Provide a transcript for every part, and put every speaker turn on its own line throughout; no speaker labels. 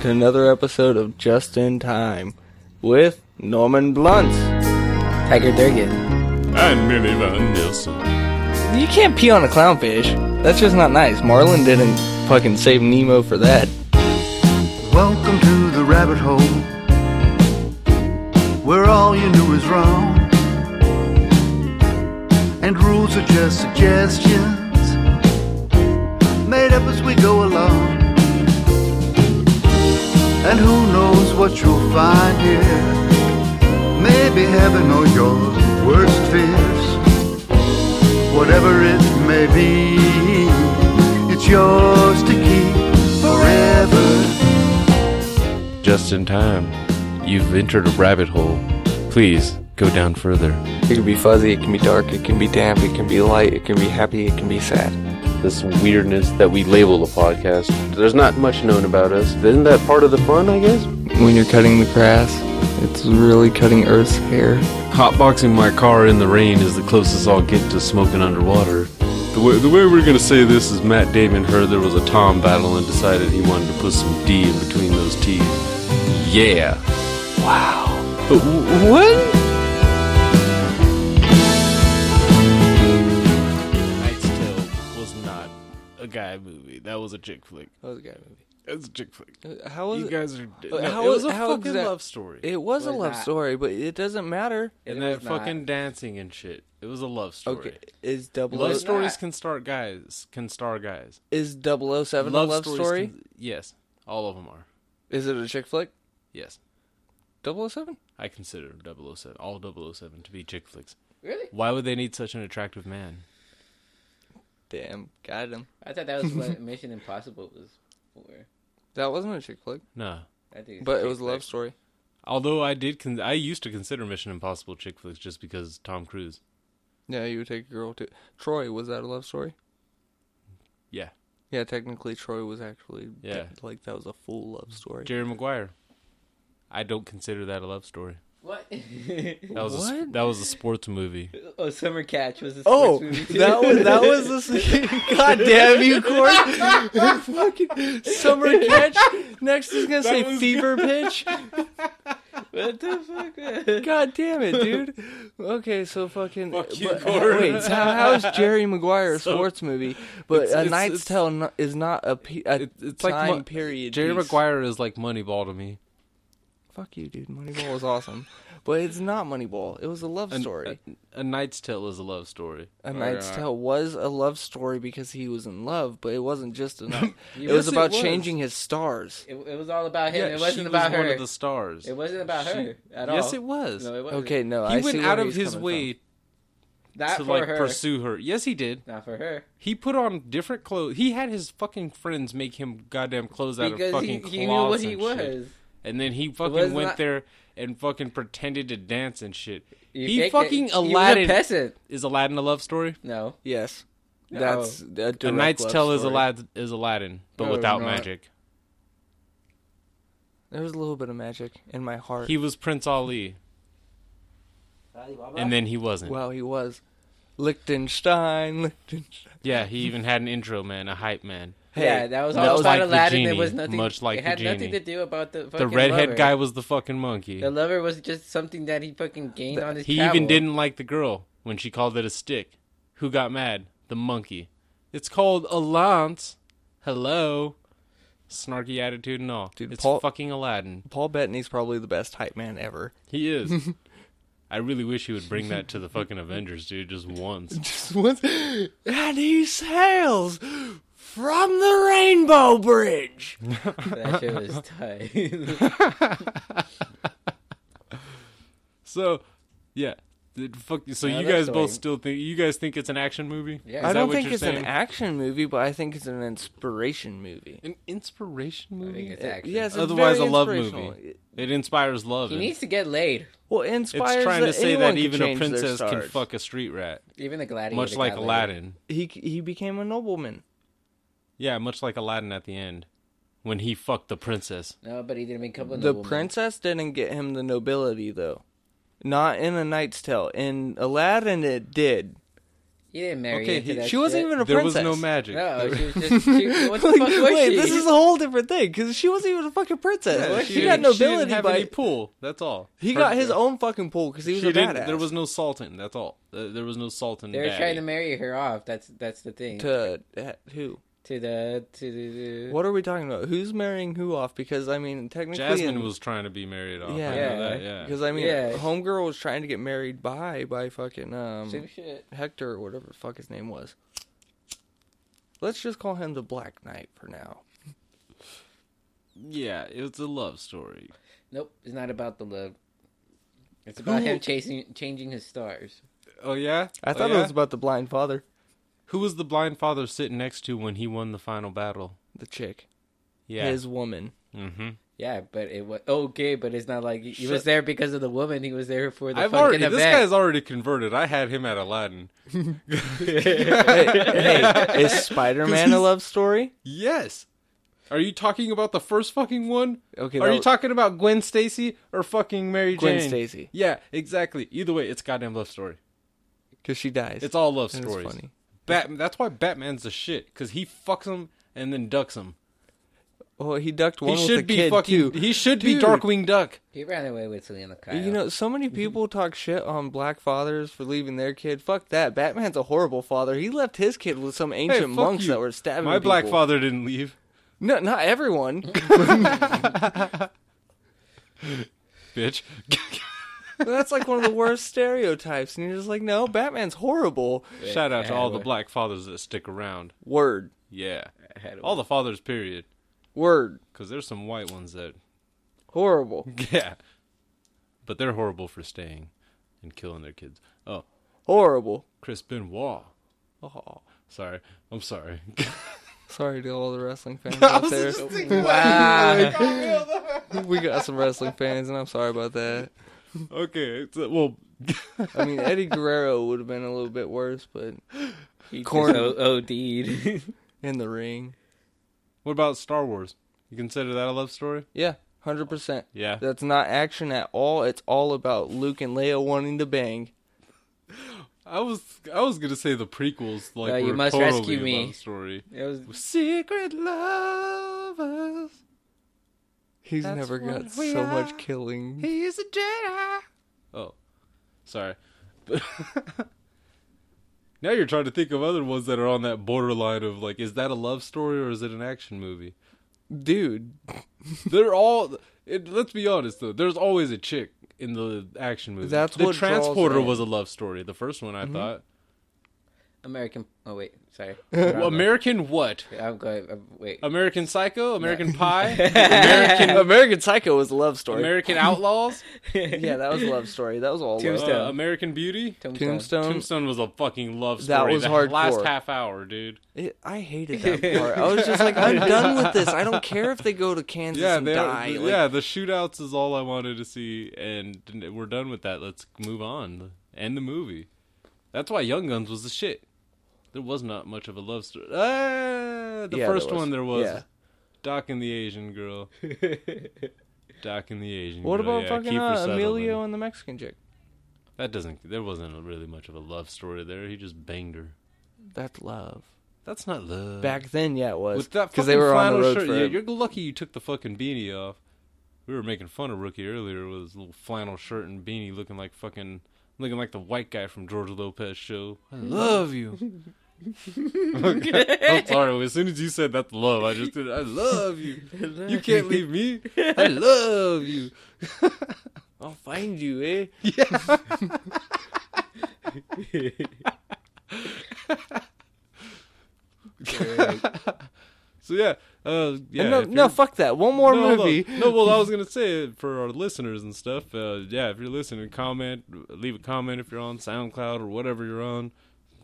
to another episode of Just in Time with Norman Blunt.
Tiger Durgan.
And Millie Van Nielsen.
You can't pee on a clownfish. That's just not nice. Marlin didn't fucking save Nemo for that.
Welcome to the rabbit hole where all you knew is wrong and rules are just suggestions made up as we go along. And who knows what you'll find here? Maybe heaven or your worst fears. Whatever it may be, it's yours to keep forever.
Just in time. You've entered a rabbit hole. Please go down further.
It can be fuzzy, it can be dark, it can be damp, it can be light, it can be happy, it can be sad.
This weirdness that we label the podcast, there's not much known about us. Isn't that part of the fun, I guess?
When you're cutting the grass, it's really cutting Earth's hair.
Hotboxing my car in the rain is the closest I'll get to smoking underwater. The way, the way we're gonna say this is Matt Damon heard there was a Tom battle and decided he wanted to put some D in between those T's. Yeah. Wow. What?
Knight's Tale was not a guy movie. That was a chick flick. It was a chick flick.
How was
you
it?
guys are.
Uh,
no,
how
it was
is-
a
how
fucking
exact-
love story.
It was a
Was
love
not.
story, but it doesn't matter.
It
and that
was not.
fucking dancing and shit. It was a love story.
Okay, is double
Love
O-
stories
not.
can start guys. Can star guys.
is 007 a love
stories
story?
can- yes, all of them are.
Is it a chick flick?
Yes,
007?
I consider 007, all 007 to be chick flicks.
Really?
Why would they need such an attractive man?
Damn, got him.
I thought that was what Mission Impossible was for.
That wasn't a chick flick,
No.
I think it's
but it
chick
was a love
flick.
story.
Although I did, con- I used to consider Mission Impossible chick flicks just because Tom Cruise.
Yeah, you would take a girl to Troy. Was that a love story?
Yeah,
Yeah, technically Troy was actually
Yeah.
like that was a full love story.
Jerry Maguire. I don't consider that a love story.
What?
That was A, s-
What?
that was a sports movie.
oh, Summer Catch was a sports
Oh,
movie too.
that was that was the scene. God damn you, Corey! Fucking summer catch. Next is gonna say fever pitch.
what the fuck? man?
God damn it, dude. Okay, so fucking.
Fuck you,
but-
Corey.
wait, so how- how is Jerry Maguire a
So-
sports movie, but
It's-
A
it's-
Knight's
it's-
Tale no- is not a, pe- a
It- it's like
time
mo-
period?
Jerry
piece?
Maguire is like Moneyball to me.
Fuck you, dude. Moneyball was awesome, but it's not Moneyball. It was a love
An-
story.
A, a Knight's Tale is a love story.
A Knight's
Alright.
Tale was a love story because he was in love, but it wasn't just enough. it
Yes,
was
it
about
was.
changing his stars.
It, it was all about him.
Yeah,
it
she
wasn't about
was
her.
one of the stars.
It wasn't about
She-
her at all.
yes, it was.
No, it wasn't.
Okay, no,
he
I
went
see
out
where
of
he's
his
coming
way
Not
to
for
like
her.
pursue her. Yes, he did.
Not for her.
He put on different clothes. He had his fucking friends make him goddamn clothes out of
Because he,
fucking
he knew
cloths
what he
and
was.
shit. And then he
was
fucking went
not-
there and fucking pretended to dance and shit.
You
he
think that-
fucking
he was a
Aladdin.
peasant.
Is Aladdin a love story?
No.
from. Yes, that's a direct
A Oh. Knight's
love
Tale is
story.
Aladdin, is Aladdin, but
No,
without
not.
magic.
There was a little bit of magic in my heart.
He was Prince Ali, and then he wasn't.
wow, he was Liechtenstein. Liechtenstein.
yeah, he even had an intro man, a hype man.
Hey,
yeah, that was
that
all
was
about
like the
Aladdin.
genie,
it was nothing.
much like
it had
the
nothing
genie.
to do about the fucking
the redhead
lover.
guy was the fucking monkey.
The lover was just something that he fucking gained on his.
he
travel.
even didn't like the girl when she called it a stick. Who got mad? The monkey. It's called a lance. Hello. Snarky attitude and all.
Dude,
it's
Paul-
fucking Aladdin.
Paul Bettany's probably the best hype man ever.
He is. I really wish he would bring that to the fucking Avengers, dude, just once.
Just once, and he sails from the Rainbow Bridge.
That shit was tight.
So, yeah. Dude, fuck, so
Yeah,
you
that's
guys
the
both
way-
still think you guys think it's an action movie?
Yeah.
Is
I
that
don't
what
think
you're
it's
saying?
an action movie, but I think it's an inspiration movie.
an inspiration
I think
movie.
it's action.
Yes, it's
Otherwise,
very
a love
inspirational.
movie. It inspires love.
he
and-
needs to get laid.
Well, it inspires
it's trying to say
anyone
that
could
even a
change their
princess can
stars.
fuck a street rat,
Even the gladiator.
much like
got Laid.
Aladdin.
He he became a nobleman.
Yeah, much like Aladdin at the end when he fucked the princess.
No, but he didn't become a
The
nobleman.
princess didn't get him the nobility though, not in A Knight's Tale. In Aladdin, it did.
He didn't marry
Okay,
into
he-
that
She wasn't
shit.
even a
there
princess.
was no magic.
No, she was just. She, what the fuck was
Wait,
she?
this is a whole different thing because she wasn't even a fucking princess.
Yeah,
she,
didn't-
got
She didn't
nobility
have
by
any pool. That's all.
he
Her-
got his own fucking pool because he was
She
a
didn't.
badass.
There was no sultan. That's all. Uh, There was no sultan.
They were
daddy.
trying to marry her off. That's that's the thing. To,
to uh, who?
the to the. the
What are we talking about? Who's marrying who off? Because I mean, technically,
Jasmine
in-
was trying to be married off.
Yeah.
Yeah,
Yeah.
that, yeah.
Because I mean,
Yeah.
homegirl was trying to get married by by fucking
Same
um,
shit.
Hector or whatever the fuck his name was. Let's just call him the Black Knight for now.
yeah, it's a love story.
Nope, it's not about the love. It's about him chasing, changing his stars.
Oh yeah,
I
Oh,
thought
yeah?
it was about the blind father,
who was the blind father sitting next to when he won the final battle.
the chick,
Yeah,
his woman.
mm-hmm.
Yeah, but it was okay. But it's not like he he was there because of the woman. He was there for the
I've
fucking
already.
event.
This guy's already converted. I had him at Aladdin.
hey, is Spider Man a love story?
Yes. Are you talking about the first fucking one?
Okay,
Are
that-
you talking about Gwen Stacy or fucking Mary
Gwen
Jane?
Stacy.
Yeah, exactly. Either way, it's goddamn love story.
Because she dies.
It's all love
And
stories.
funny.
Bat- that's why Batman's the shit because he fucks him and then ducks him.
Well, Oh, he ducked one
he
with
should
the
be
kid
fucking.
too.
He should
Dude.
be Darkwing Duck.
He ran away with Selena Kyle.
You know, so many people talk shit on black fathers for leaving their kid. Fuck that. Batman's a horrible father. He left his kid with some
Hey,
ancient
fuck
monks
you.
that were stabbing
My black
people.
father didn't leave.
No, not everyone.
Bitch.
That's like one of the worst stereotypes. And you're just like, no, Batman's horrible.
Shout out to
Yeah,
all the
what-
black fathers that stick around.
Word.
Yeah,
had
all the fathers. Period.
Word.
Because there's some white ones that.
Horrible.
Yeah, but they're horrible for staying and killing their kids. Oh,
Horrible.
Chris Benoit. Oh, sorry. I'm sorry.
Sorry to all the wrestling fans out there. Wow.
"Oh,
we got some wrestling fans, and I'm sorry about that.
okay. So, well,
I mean, Eddie Guerrero would have been a little bit worse, but
he
corn-
just O- OD'd.
in the ring.
what about Star Wars? You consider that a love story?
Yeah, 100%.
Yeah.
That's not action at all. It's all about Luke and Leia wanting to bang.
I was I was gonna say the prequels like
No,
you
You
were
Must
totally
Rescue
a
Me.
love story.
it was
Secret lovers.
He's
That's
never got
what we
so much
are.
killing.
He's a Jedi. Oh, sorry. now you're trying to think of other ones that are on that borderline of like, is that a love story or is it an action movie?
Dude,
They're all. It, let's be honest though. There's always a chick in the action movie.
That's
the
what draws Mm-hmm.
transporter
in.
was a love story. The first one I thought.
American. Oh wait, sorry.
Well, American what?
I'm going. I'm, wait,
American Psycho, American Pie, American
American Psycho was a love story.
American Outlaws,
yeah, that was a love story. That was all love.
Tombstone.
uh, American Beauty.
Tombstone.
Tombstone was a fucking love
That
story.
was
the
hardcore.
Last half hour, dude.
It, I hated that part. I was just like, I'm done with this. I don't care if they go to Kansas
Yeah,
and
they
die. Like,
yeah. The shootouts is all I wanted to see, and we're done with that. Let's move on. End the movie. That's why Young Guns was the shit. There was not much of a love story. Ah, the
Yeah, there
first
was.
one there was
Yeah.
Doc and the Asian girl. Doc and the Asian.
What
girl,
about
yeah,
fucking
Kiefer
uh,
Sutherland.
Emilio and the Mexican chick?
That doesn't. There wasn't a- really much of a love story there. He just banged her.
That's love.
That's not love.
Back then, yeah, it was
with that
because
because
they were on
flannel
the road
shirt.
for
yeah,
him.
you're lucky you took the fucking beanie off. We were making fun of Rookie earlier with his little flannel shirt and beanie, looking like fucking looking like the white guy from George Lopez show. I love you. Okay. I'm Oh, sorry. As soon as you said that's love, I just did. I love you. You can't leave me. I love you.
I'll find you, eh?
So yeah, uh, yeah.
no,
if
no,
you're-
fuck that. One more
no,
movie.
No, no, well, I was gonna say it for our listeners and stuff. Uh, yeah, if you're listening, comment, leave a comment if you're on SoundCloud or whatever you're on.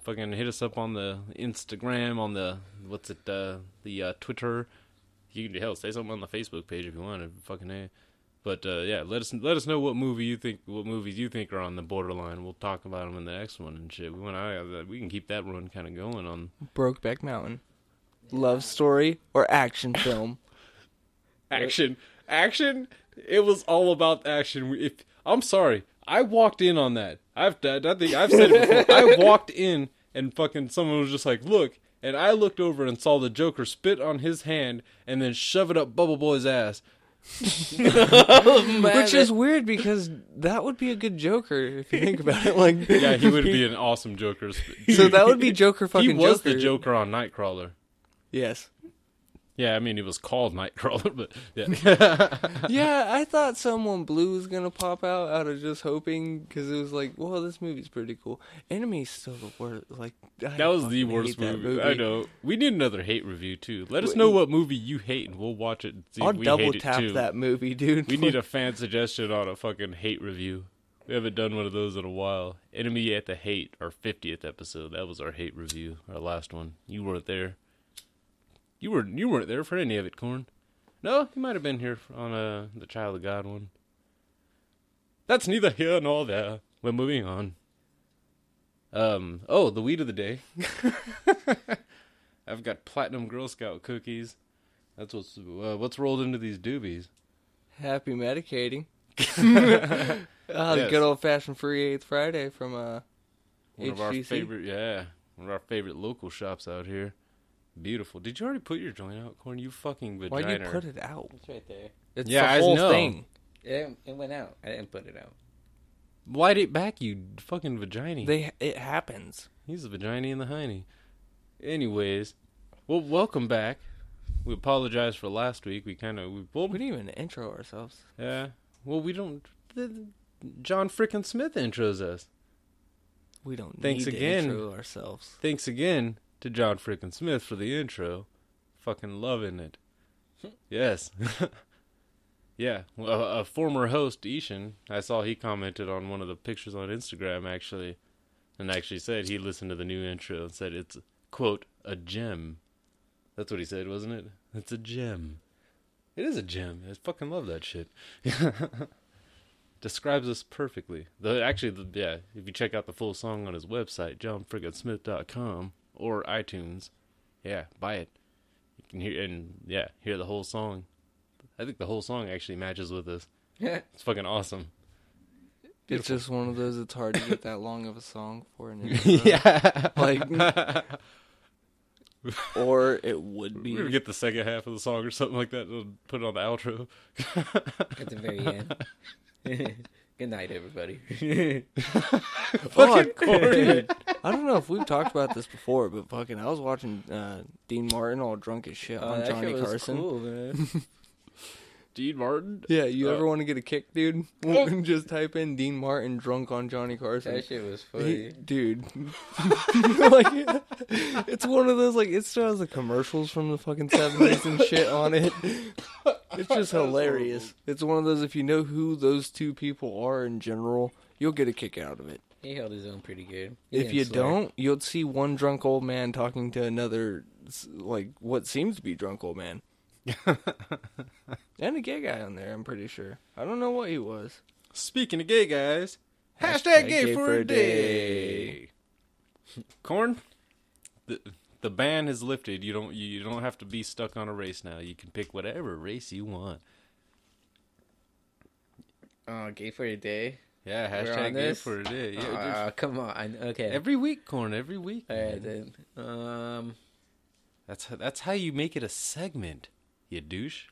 Fucking hit us up on the Instagram, on the what's it, uh, the uh, Twitter. You can hell say something on the Facebook page if you want. Fucking a. But uh, yeah, let us let us know what movie you think, what movies you think are on the borderline. We'll talk about them in the next one and shit. We want to, we can keep that run kind of going on
Brokeback Mountain. Love story or action film?
action action it was all about action We- if i'm sorry i walked in on that i've i think i've said it before i walked in and fucking someone was just like, "Look." And I looked over and saw the Joker spit on his hand and then shove it up Bubble Boy's ass.
Which is weird because that would be a good Joker if you think about it. Like,
Yeah, he would be an awesome Joker. Sp-
so that would be Joker
he
fucking
was
Joker.
the Joker on Nightcrawler.
Yes.
Yeah, I mean, he was called Nightcrawler, but yeah.
Yeah, I thought someone blue was gonna pop out out of just hoping because it was like, well, this movie's pretty cool. Enemy's still the worst. Like I
that was the
fucking hate
worst
that
movie. I know. We need another hate review too. Let us know what movie you hate, and we'll watch it. And see
I'll
if we
double
hate
tap
it too.
that movie, dude.
We need a fan suggestion on a fucking hate review. We haven't done one of those in a while. Enemy at the Hate, our 50th episode. That was our hate review, our last one. You weren't there. You were you weren't there for any of it, Corn. No, you might have been here on uh, the Child of God one. That's neither here nor there. We're moving on. Um. Oh, the weed of the day. I've got platinum Girl Scout cookies. That's what's uh, what's rolled into these doobies.
happy medicating. Ah, the
Yes.
good old fashioned free eighth Friday from uh,
One of our
HGC.
favorite, yeah, one of our favorite local shops out here. Beautiful. Did you already put your joint out, Corn? You fucking
Why
vagina.
would you put it out?
It's right there.
It's
Yeah, I
the whole
know.
thing.
It, didn't- it went out. I didn't put it out.
Light it back, you fucking vagina.
They it happens.
He's a vagina in the hiney. Anyways, well, welcome back. We apologize for last week. We kind of we well,
We didn't even intro ourselves.
yeah. Well, we don't. The, the- John frickin' Smith intros us.
We don't
Thanks
need
again.
to intro ourselves.
Thanks again to John frickin' Smith for the intro. Fucking loving it. Yes. yeah. Well, a, a former host, Ishan, I saw he commented on one of the pictures on Instagram actually, and actually said he listened to the new intro and said it's quote a gem. That's what he said, wasn't it? It's a gem. It is a gem. I fucking love that shit. Describes us perfectly. The actually, the, yeah. If you check out the full song on his website, johnfrigginsmith.com or iTunes, yeah, buy it. You can hear and yeah, hear the whole song. I think the whole song actually matches with this.
Yeah.
It's fucking awesome.
It's just one of those. It's hard to get that long of a song for an intro.
yeah,
like or it would
we're gonna
be
get the second half of the song or something like that. and Put it on the outro.
At the very end. Good night, everybody.
fuck, dude. I don't know if we've talked about this before, but fucking, I was watching uh, Dean Martin all drunk as
Oh,
shit on Johnny Carson.
cool, man.
Dean Martin.
Yeah, you ever
Uh,
want to get a kick, dude? Just type in Dean Martin drunk on Johnny Carson.
that shit was
He-
funny.
dude, like it's one of those like it still has the commercials from the fucking seventies and shit on it. It's just hilarious. It's one of those if you know who those two people are in general, you'll get a kick out of it.
He held his own pretty good. He
if
didn't
you
swear.
don't, you'll see one drunk old man talking to another, s- like what seems to be drunk old man, and a gay guy on there. I'm pretty sure. I don't know what he was.
Speaking of gay guys, hashtag,
Hashtag
gay,
gay
for
for
a
a
day. Corn, the the ban is lifted. You don't you don't have to be stuck on a race now. You can pick whatever race you want.
Oh, gay for a day.
Yeah,
We're
hashtag
on
gay
this? Uh,
for a day. Yeah, just-
Aw, come on. Okay.
every week, corn. Every week.
All right
man.
then. Um,
That's how, that's how you make it a segment. You douche.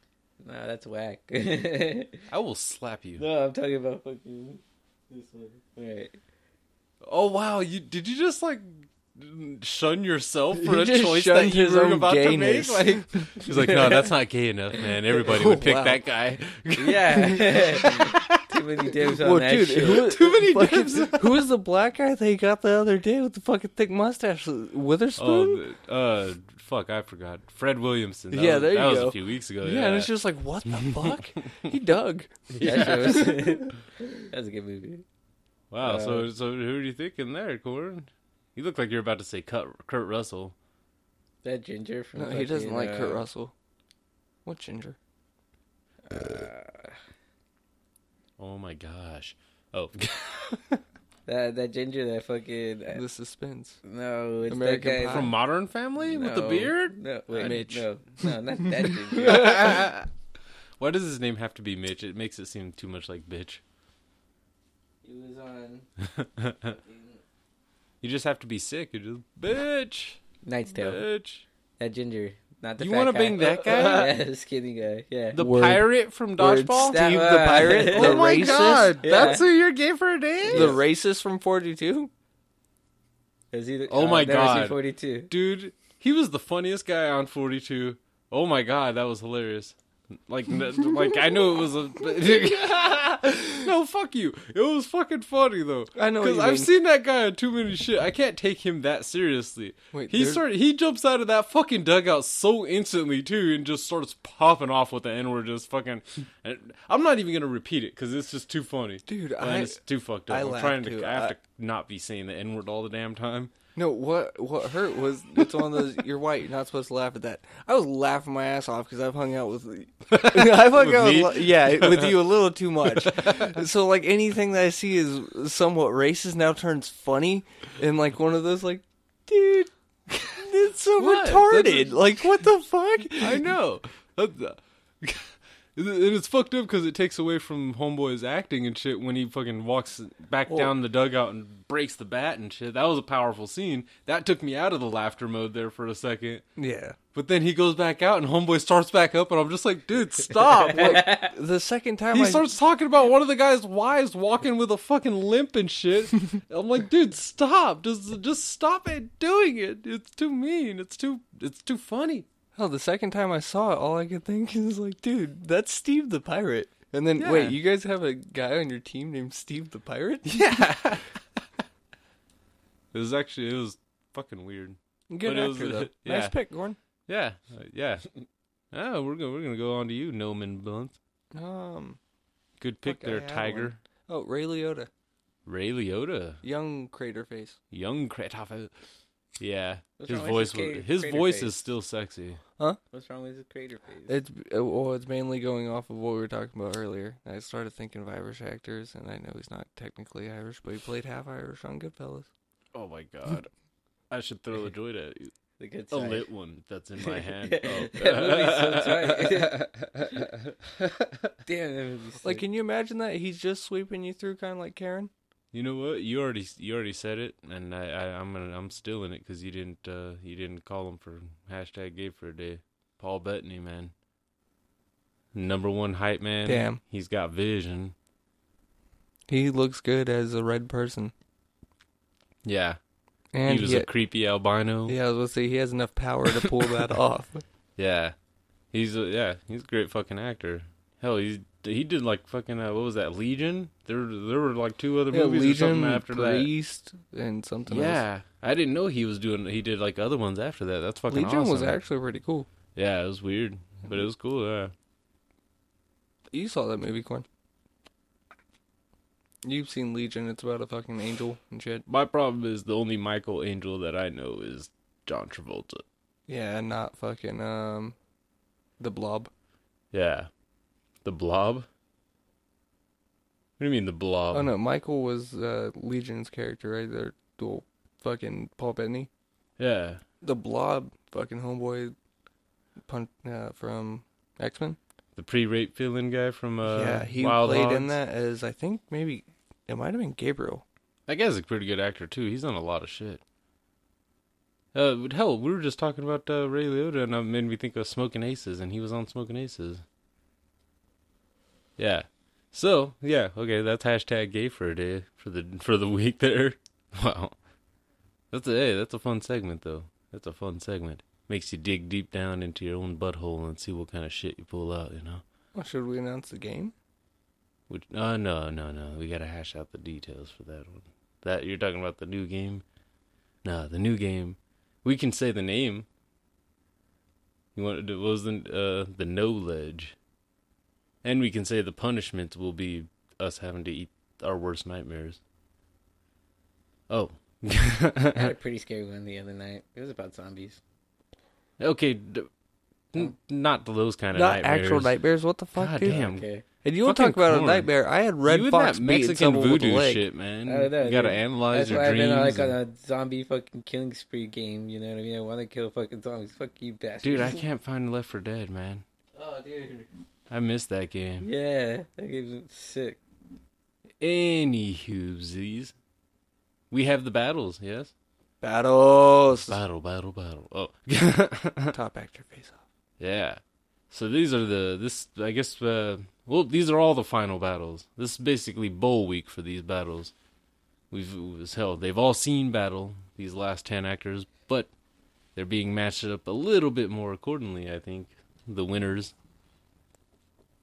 no, that's whack. no,
I will slap you.
I'm talking about fucking this one. All right.
Oh wow, you did you just like shun yourself for
He
a
just
choice that
shunned
you
his
were
own
about
gayness.
to make? Like, he's like, no, that's not gay enough, man. Everybody would pick
Wow.
that guy.
Yeah. Too many dibs on
Well,
that
dude,
shit.
who,
Too many
fucking-
dibs.
who was the black guy that you got the other day with the fucking thick mustache? Witherspoon?
oh, the- uh, fuck, I forgot. Fred Williamson. That
Yeah,
was,
there you
That was
go.
a few weeks ago.
yeah,
oh, Yeah,
and it's just like, what the fuck? He dug.
That shit was. that was a good movie.
wow.
uh,
so, so who are you thinking there, Corin? You look like you're about to say Kurt, Kurt Russell.
That ginger from.
No, he doesn't
fucking,
like
uh,
Kurt Russell. What ginger?
Oh my gosh. Oh,
That that ginger that fucking. uh,
The suspense.
no, it's
American
that guy
Pie.
from Modern Family with the
No,
beard.
No, wait,
Mitch.
No, no, not that ginger.
Why does his name have to be Mitch? It makes it seem too much like bitch.
he was on.
You just have to be sick. You just bitch,
Knight's Tale.
bitch.
That ginger, not the
You
fat
wanna
guy.
bang that guy?
yeah, this kidding guy. Yeah.
The
Word.
pirate from Dodgeball.
Steve the pirate?
The
oh my
racist?
god,
Yeah.
that's who you're gay for a day,
The racist from 42?
Is he the-
Oh my
I've never seen
God.
42.
dude. He was the funniest guy on 42. Oh my god, that was hilarious. Like, n- like I knew it was a. no, fuck you. It was fucking funny though.
I know what
because
you
I've
mean.
seen that guy on too many shit. I can't take him that seriously.
Wait,
he
there-
started. He jumps out of that fucking dugout so instantly too, and just starts popping off with the n word. Just fucking. and I'm not even gonna repeat it because it's just too funny,
Dude,
And
I-
it's too fucked up.
I
I am
laugh,
trying to.
too.
I have
I-
to not be saying the n word all the damn time.
No, what what hurt was it's one of those. You're white. You're not supposed to laugh at that. I was laughing my ass off because I've hung out with. I've hung
With
out
me?
with, li- yeah with you a little too much. so like anything that I see is somewhat racist now turns funny, and like one of those like, dude, it's so
What?
retarded.
That's-
like what the fuck?
I know. That- that- And it's fucked up because it takes away from Homeboy's acting and shit when he fucking walks back down the dugout and breaks the bat and shit. That was a powerful scene. That took me out of the laughter mode there for a second.
Yeah.
But then he goes back out and Homeboy starts back up, and I'm just like, dude, stop. Like,
The second time
he
I
starts talking about one of the guy's wives walking with a fucking limp and shit. I'm like, dude, stop. Just just stop it doing it. It's too mean. It's too it's too funny.
Oh, the second time I saw it, all I could think is like, dude, that's Steve the Pirate. And then
Yeah.
wait, you guys have a guy on your team named Steve the Pirate?
It was actually it was fucking weird.
Good
But it was-
actor though.
yeah.
Nice pick, Gordon.
Yeah, uh, yeah. Oh, we're gonna we're gonna go on to you, Noman Blunt.
Um.
Good pick
Fuck, I
there,
had
Tiger.
one. Oh, Ray Liotta,
Ray Liotta,
young crater face.
young Kratoff. Yeah,
What's
his
wrong with
voice
his
was,
ca-
his
crater
voice
face?
is still sexy.
What's wrong with his crater face?
It's well, it's mainly going off of what we were talking about earlier. I started thinking of Irish actors, and I know he's not technically Irish, but he played half Irish on Goodfellas.
Oh my god, I should throw a joint at you.
The good
A
side.
lit one that's in my hand. Oh.
That Damn, that movie's
Like,
sick.
can you imagine that? He's just sweeping you through, kind of like Karen.
you know what? You already you already said it, and I, I I'm gonna I'm stealing it because you didn't uh you didn't call him for hashtag gay for a day. Paul Bettany, man, number one hype man.
Damn.
he's got vision.
He looks good as a red person,
Yeah,
and
he was
he-
a creepy albino. Yeah,
Yeah, I was gonna say he has enough power to pull that off.
he's a, yeah, he's a great fucking actor. Hell, he he did like fucking uh, what was that Legion? There there were like two other
Yeah,
movies or
Legion,
something after
Priest, and
that.
something else.
Yeah, I didn't know he was doing. He did like other ones after that. That's fucking
Legion was
awesome.
actually pretty cool.
yeah, it was weird, but it was cool. Yeah,
You saw that movie, Quinn. You've seen Legion. It's about a fucking angel and shit.
my problem is the only Michael Angel that I know is John Travolta.
Yeah, not fucking um, the Blob.
Yeah, the Blob. What do you mean the Blob?
Oh no, Michael was uh, Legion's character, right? Their dual fucking Paul Bettany.
Yeah,
The Blob, fucking homeboy, pun- uh, from X Men.
the pre-rape villain guy from uh,
yeah, he
Wild
played
Hogs.
in that as I think maybe it might have been Gabriel.
That guy's a pretty good actor too. He's done a lot of shit. Uh, but hell, we were just talking about uh, Ray Liotta, and it made me think of Smoking Aces, and he was on Smoking Aces. Yeah. So yeah, okay, that's hashtag gay for a day for the for the week there. Wow, that's a hey, that's a fun segment though. That's a fun segment. Makes you dig deep down into your own butthole and see what kind of shit you pull out. You know.
Well, should we announce the game?
Which uh no no no we gotta hash out the details for that one. That you're talking about the new game? No, the new game. We can say the name. You want to do what was the uh the no ledge. And we can say the punishment will be us having to eat our worst nightmares. Oh.
I had a pretty scary one the other night. It was about zombies.
okay, d- n- not those kind of
Not
nightmares.
actual nightmares. What the fuck,
God
dude?
damn.
Okay.
And you want to
Fucking
talk about
corn.
a nightmare? I had Red
you and
Fox beating
that Mexican
someone with a
voodoo
leg.
shit, man.
I don't know,
you gotta
dude.
analyze
That's
your
why I've
dreams.
been like
and-
on a zombie fucking killing spree game. You know what I mean? I want to kill fucking zombies. Fuck you, bastards.
Dude,
Mm-hmm.
I can't find Left for Dead, man.
Oh, dude.
I missed that game.
Yeah, that game's sick.
Any hoobsies. We have the battles, yes?
Battles.
Battle, battle, battle. Oh.
Top actor face off.
yeah. So these are the this I guess uh well these are all the final battles. This is basically bowl week for these battles. We've as hell they've all seen battle these last ten actors, but they're being matched up a little bit more accordingly. I think the winners.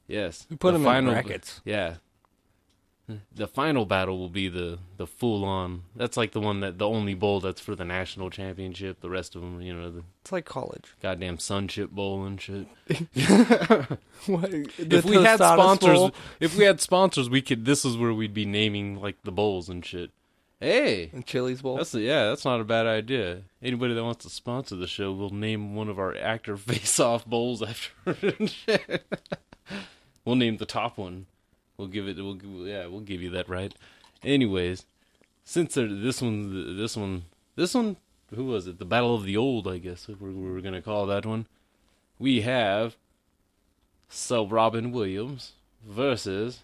Yes,
We put
the
them in
final-
brackets.
Yeah, the final battle will be the the full on. That's like the one that the only bowl that's for the national championship. The rest of them, you know, the
It's like college.
goddamn sunship bowl and shit.
What?
if we had sponsors, if we had sponsors, we could. This is where we'd be naming like the bowls and shit. Hey,
and Chili's bowl.
that's a, yeah, that's not a bad idea. Anybody that wants to sponsor the show, we'll name one of our actor face-off bowls after. it. we'll name the top one. We'll give it. We'll give- yeah, we'll give you that right. Anyways, since there, this one, this one, this one, who was it? The Battle of the Old, I guess we we're, we we're gonna call that one. We have so Robin Williams versus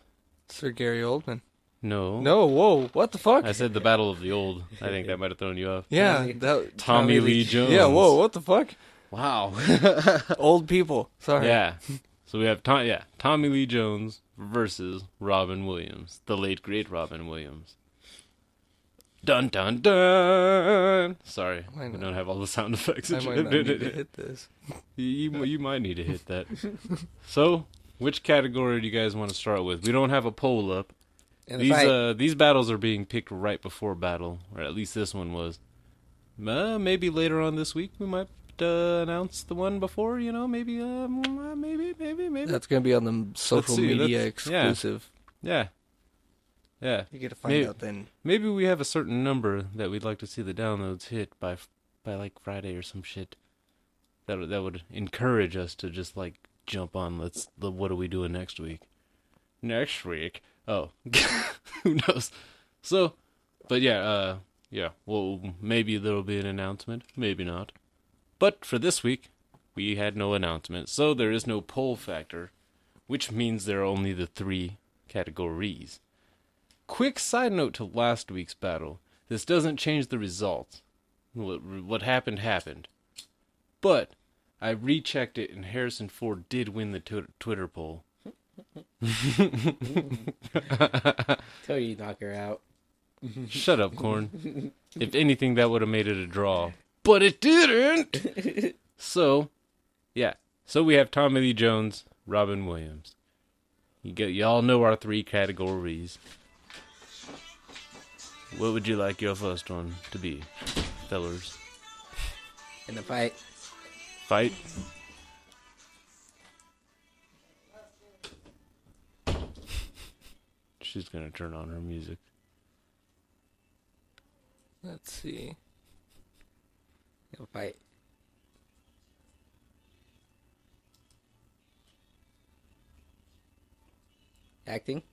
Sir Gary Oldman.
no
No, whoa, what the fuck?
I said the Battle of the Old. I think that might have thrown you off.
yeah,
Tommy-
that, Tommy,
Tommy Lee Jones.
Yeah, whoa, what the fuck?
Wow.
Old people. Sorry.
yeah. So we have Tom, yeah, Tommy Lee Jones versus Robin Williams, the late great Robin Williams. Dun dun dun. Sorry,
I
we
know.
don't have all the sound effects.
I might not need to hit this.
You- You you might need to hit that. so, which category do you guys want to start with? We don't have a poll up.
And
These
if I,
uh these battles are being picked right before battle, or at least this one was. Uh, maybe later on this week we might uh, announce the one before. You know, maybe uh, mm, uh, maybe maybe maybe.
That's gonna be on the social
see,
media
that's- yeah.
exclusive.
yeah, yeah.
You get to find
Maybe-
out then.
Maybe we have a certain number that we'd like to see the downloads hit by f- by like Friday or some shit. That would- that would encourage us to just like jump on. Let's. The, what are we doing next week? Next week? Oh, who knows? So, but yeah, uh, yeah. Well, maybe there'll be an announcement. Maybe not. But for this week, we had no announcement, so there is no poll factor, which means there are only the three categories. Quick side note to last week's battle. This doesn't change the results. What, what happened happened. But I rechecked it and Harrison Ford did win the Twitter, Twitter poll.
tell you, knock her out.
Shut up, Corn. if anything, that would have made it a draw. But it didn't! so, yeah. So we have Tommy Lee Jones, Robin Williams. You get, y'all know our three categories. What would you like your first one to be, fellers?
In the fight,
Fight. She's gonna turn on her music.
Let's see.
in the fight. Acting.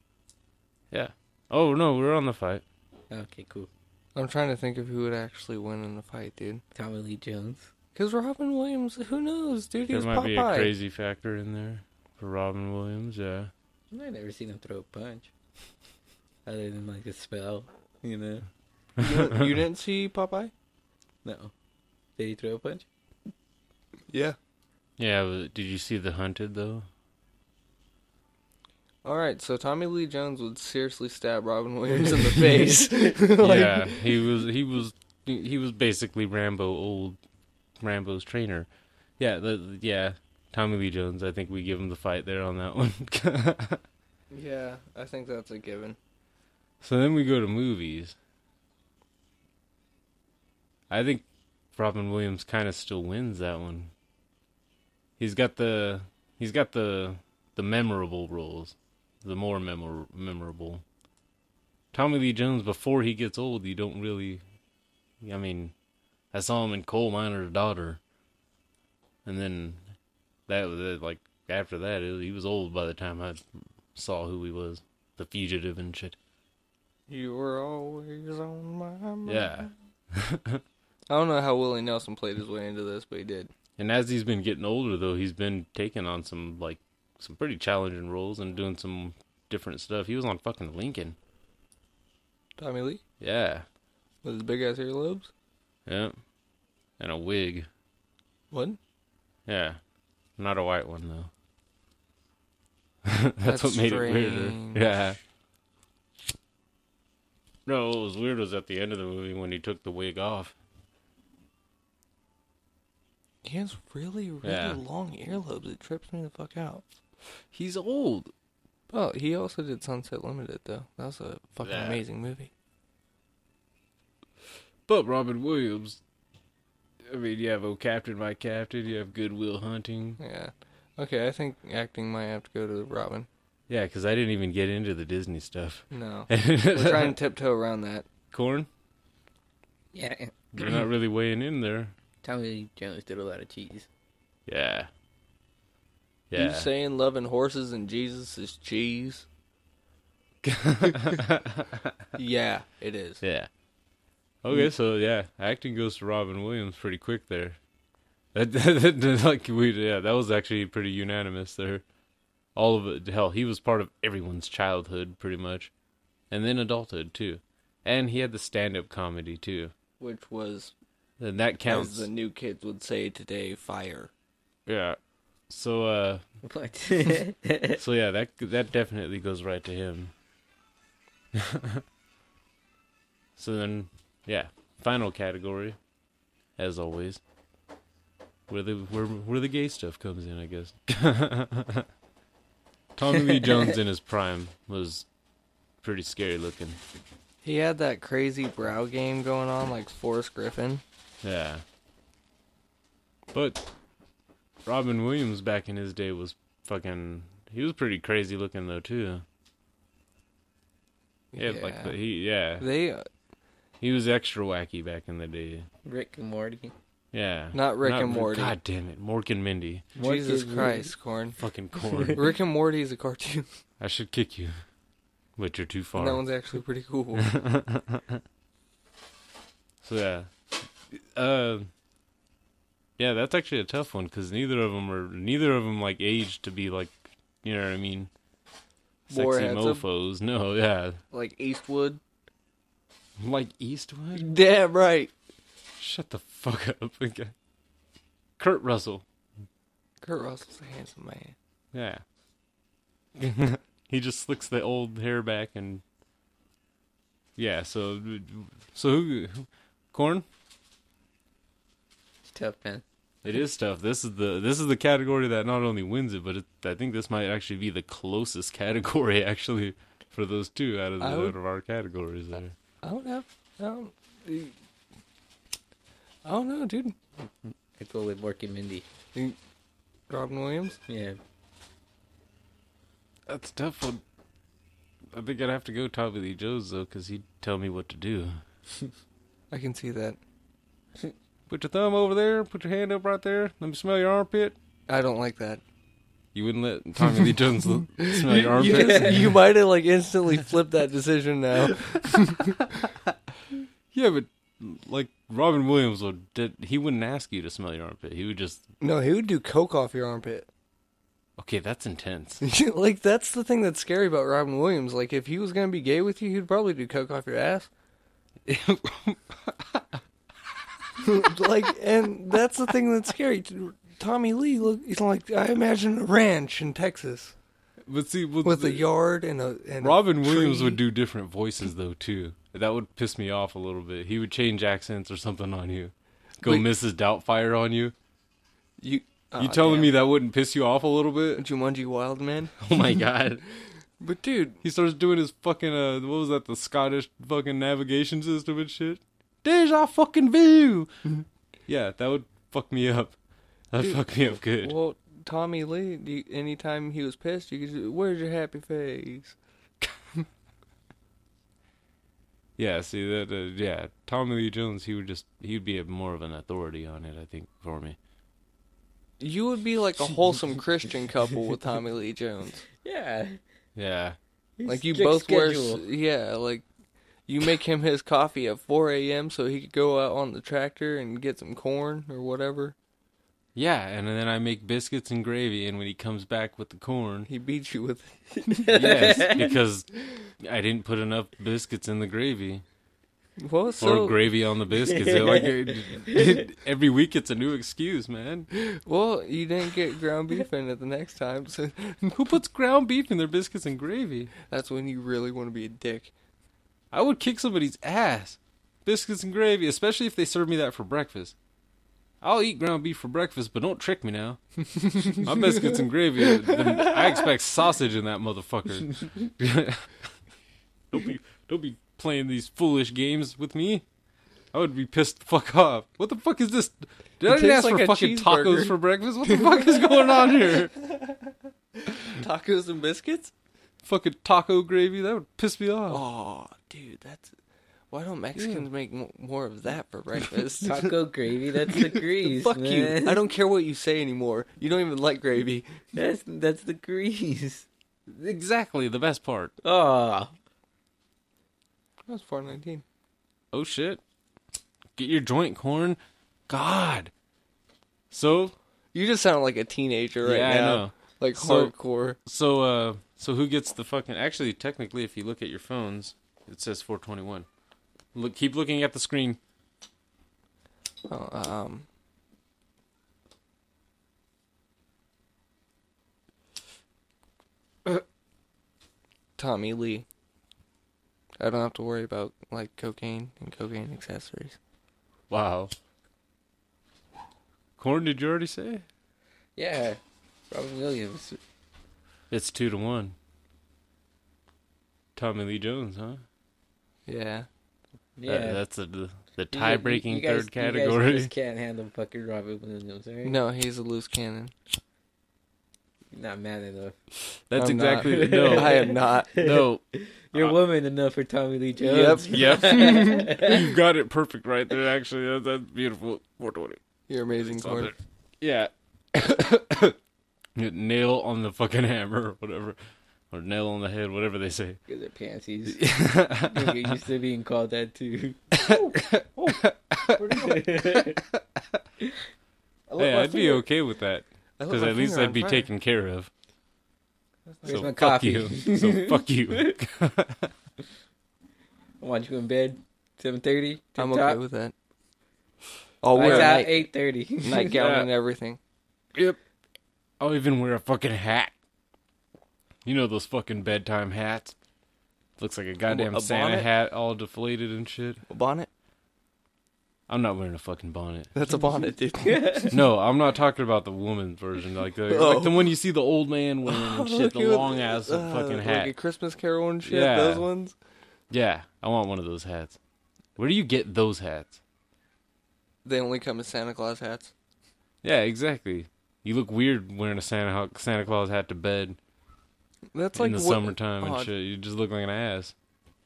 Yeah. Oh no, we're on the fight.
Okay, cool.
I'm trying to think of who would actually win in the fight, dude.
Tommy Lee Jones.
Because Robin Williams, who knows, dude? He
There
was
might be a
Popeye.
crazy factor in there for Robin Williams. Yeah.
I never seen him throw a punch, other than like a spell. You know?
you, you didn't see Popeye?
No. Did he throw a punch?
Yeah.
Yeah. but Did you see the hunted though?
All right, so Tommy Lee Jones would seriously stab Robin Williams in the face. Like,
yeah. He was. He was. He was basically Rambo, old Rambo's trainer. Yeah. The, yeah. Tommy Lee Jones. I think we give him the fight there on that one.
yeah, I think that's a given.
So then we go to movies. I think Robin Williams kind of still wins that one. He's got the he's got the the memorable roles, the more memor- memorable. Tommy Lee Jones before he gets old, you don't really I mean, I saw him in Coal Miner's Daughter. And then that was it, like after that it, he was old by the time I saw who he was, the fugitive and shit.
You were always on my mind.
Yeah.
I don't know how Willie Nelson played his way into this, but he did.
And as he's been getting older, though, he's been taking on some like some pretty challenging roles and doing some different stuff. He was on fucking Lincoln.
Tommy Lee?
Yeah.
With his big ass earlobes?
Yeah. And a wig.
What?
Yeah. Not a white one though. That's, what
That's
made it
strange.
weirder. Yeah. No, what was weird was at the end of the movie when he took the wig off.
He has really, really
Yeah.
long earlobes. It trips me the fuck out.
He's old.
Oh, he also did Sunset Limited though. That was a fucking
Yeah.
amazing movie.
But Robin Williams I mean, you have Oh Captain My Captain, you have Goodwill Hunting.
Yeah. Okay, I think acting might have to go to Robin.
Yeah, because I didn't even get into the Disney stuff.
No. We're trying to tiptoe around that.
Corn,
Yeah,
you're not really weighing in there.
Tommy Jones did a lot of cheese.
Yeah.
You saying loving horses and Jesus is cheese? yeah, it is.
Yeah. Okay, so yeah, acting goes to Robin Williams pretty quick there. That, that- that- like we yeah, that was actually pretty unanimous there. All of it, hell, he was part of everyone's childhood pretty much, and then adulthood too, and he had the stand-up comedy too,
Which was,
and that
as
counts.
the new kids would say today, fire.
Yeah. So uh,
What?
so yeah, that that definitely goes right to him. so then, yeah, final category, as always, where the where where the gay stuff comes in, I guess. Tommy Lee Jones in his prime was pretty scary looking.
He had that crazy brow game going on, like Forrest Griffin.
Yeah. But Robin Williams back in his day was fucking. He was pretty crazy looking though too. Yeah, like the, he yeah.
they uh,
He was extra wacky back in the day.
Rick and Morty.
Yeah.
Not Rick and Morty.
God damn it. Mork and Mindy.
Jesus Christ, corn.
Fucking corn.
Rick and Morty is a cartoon.
I should kick you. But you're too far.
And that one's actually pretty cool.
so yeah. Uh, yeah, that's actually a tough one because neither of them are neither of them like aged to be like, you know what I mean? Sexy
More handsome?
mofos. No, yeah,
like Eastwood.
like Eastwood.
Damn right.
Shut the fuck up. Okay. Kurt Russell.
Kurt Russell's a handsome man.
Yeah. he just slicks the old hair back and yeah. So, so who? Corn.
It's tough, man.
It is tough. This is the this is the category that not only wins it, but it, I think this might actually be the closest category actually for those two out of the,
I would-
out of our categories there.
I don't know. I don't, I don't know, dude.
I go with Mork and Mindy.
Robin Williams.
Yeah.
That's a tough one. I think I'd have to go Tommy Lee Jones though, because he'd tell me what to do.
I can see that.
Put your thumb over there. Put your hand up right there. Let me smell your armpit.
I don't like that.
You wouldn't let Tommy Lee Jones l- smell your armpit.
You, you might have like instantly flipped that decision now.
Yeah, but like Robin Williams would, did, he wouldn't ask you to smell your armpit. He would just,
No, he would do coke off your armpit.
okay, that's intense.
like that's the thing that's scary about Robin Williams. Like if he was gonna be gay with you, he'd probably do coke off your ass. like, and that's the thing that's scary. Tommy Lee, look, he's like I imagine a ranch in Texas
But see, with,
with a
the-
yard and a and a
Robin Williams
tree.
would do different voices though too. That would piss me off a little bit. He would change accents or something on you. Go
Wait.
Mrs. Doubtfire on you.
You, ah,
You telling me that wouldn't piss you off a little bit?
Jumanji Wild Man?
Oh my god.
But dude,
he starts doing his fucking uh what was that, the Scottish fucking navigation system and shit. There's our fucking view. yeah, that would fuck me up. That'd fuck me up good.
well, Tommy Lee, do you, anytime he was pissed, you could just, where's your happy face?
Yeah, see that. Uh, yeah, Tommy Lee Jones. He would just. He'd be a, more of an authority on it. I think for me.
You would be like a wholesome Christian couple with Tommy Lee Jones.
Yeah.
Yeah.
Like you
Strict
both
schedule.
wear, s- yeah. Like you make him his coffee at 4 a.m. so he could go out on the tractor and get some corn or whatever.
Yeah, and then I make biscuits and gravy, and when he comes back with the corn,
He beats you with.
yes, because I didn't put enough biscuits in the gravy.
Well,
or
so
gravy on the biscuits. They're like, it- every week it's a new excuse, man.
well, you didn't get ground beef in it the next time, so
Who puts ground beef in their biscuits and gravy?
that's when you really want to be a dick.
I would kick somebody's ass. Biscuits and gravy, especially if they serve me that for breakfast. I'll eat ground beef for breakfast, but don't trick me now. My biscuits and gravy, then I expect sausage in that motherfucker. don't be, don't be playing these foolish games with me. I would be pissed the fuck off. What the fuck is this? Did I
It
didn't
tastes
ask
like
for
a
fucking tacos
cheeseburger.
for breakfast? What the fuck is going on here?
Tacos and biscuits?
fucking taco gravy, that would piss me off.
Oh, dude, that's why don't Mexicans make mo- more of that for breakfast?
Taco gravy, that's the grease.
Fuck
man.
you! I don't care what you say anymore. You don't even like gravy.
That's that's the grease.
Exactly, the best part.
Ah.
Oh,
That was four nineteen.
Oh shit. Get your joint corn. God. So
You just sound like a teenager right
Yeah, I
now,
know.
like
So-
hardcore.
so uh so who gets the fucking actually technically if you look at your phones, it says four twenty one. Look keep looking at the screen.
Oh, um, Tommy Lee. I don't have to worry about like cocaine and cocaine accessories.
Wow. Corn did you already say?
yeah. Robin Williams.
Uh,
It's two to one. Tommy Lee Jones, huh?
Yeah,
Yeah.
That- that's the- the the
You-
tie
you-
breaking
you guys-
third
You
category.
guys just can't handle fucking Robin Williams, alright?
no, he's a loose cannon.
Not mad enough.
That's
I'm not.
exactly no.
I am not.
no.
You're
Uh,
woman enough for Tommy Lee Jones.
Yep. You've got it perfect right there, actually. That, that's beautiful. 420.
You're amazing,
It's on
Corn.
there. Yeah. nail on the fucking hammer, or whatever. Or nail on the head, whatever they say.
Because they're pansies. you get used to being called that too.
Hey, I'd be okay with that.
I lit
Because
my
at least
finger
I'd
on
be
fire.
taken care of.
Where's
So
my
fuck
coffee?
you. So fuck you.
I want you in bed. 7.30.
I'm
top.
okay with that.
Oh,
I'll
Lights
wear a
out,
night,
8.30.
nightgown
Yeah.
and everything.
yep. I'll even wear a fucking hat. You know those fucking bedtime hats? Looks like a goddamn
a
Santa
bonnet?
hat all deflated and shit.
A bonnet?
I'm not wearing a fucking bonnet.
That's a bonnet, dude.
No, I'm not talking about the woman's version, like the
Oh.
like the one you see the old man wearing and shit, the
Look at-
long ass
uh,
fucking
Like
hat.
a Christmas Carol and shit,
Yeah.
those ones.
Yeah, I want one of those hats. Where do you get those hats?
They only come as Santa Claus hats.
Yeah, exactly. You look weird wearing a Santa Ho- Santa Claus hat to bed
That's like
in the
what-
summertime and
Aw,
shit. You just look like an ass.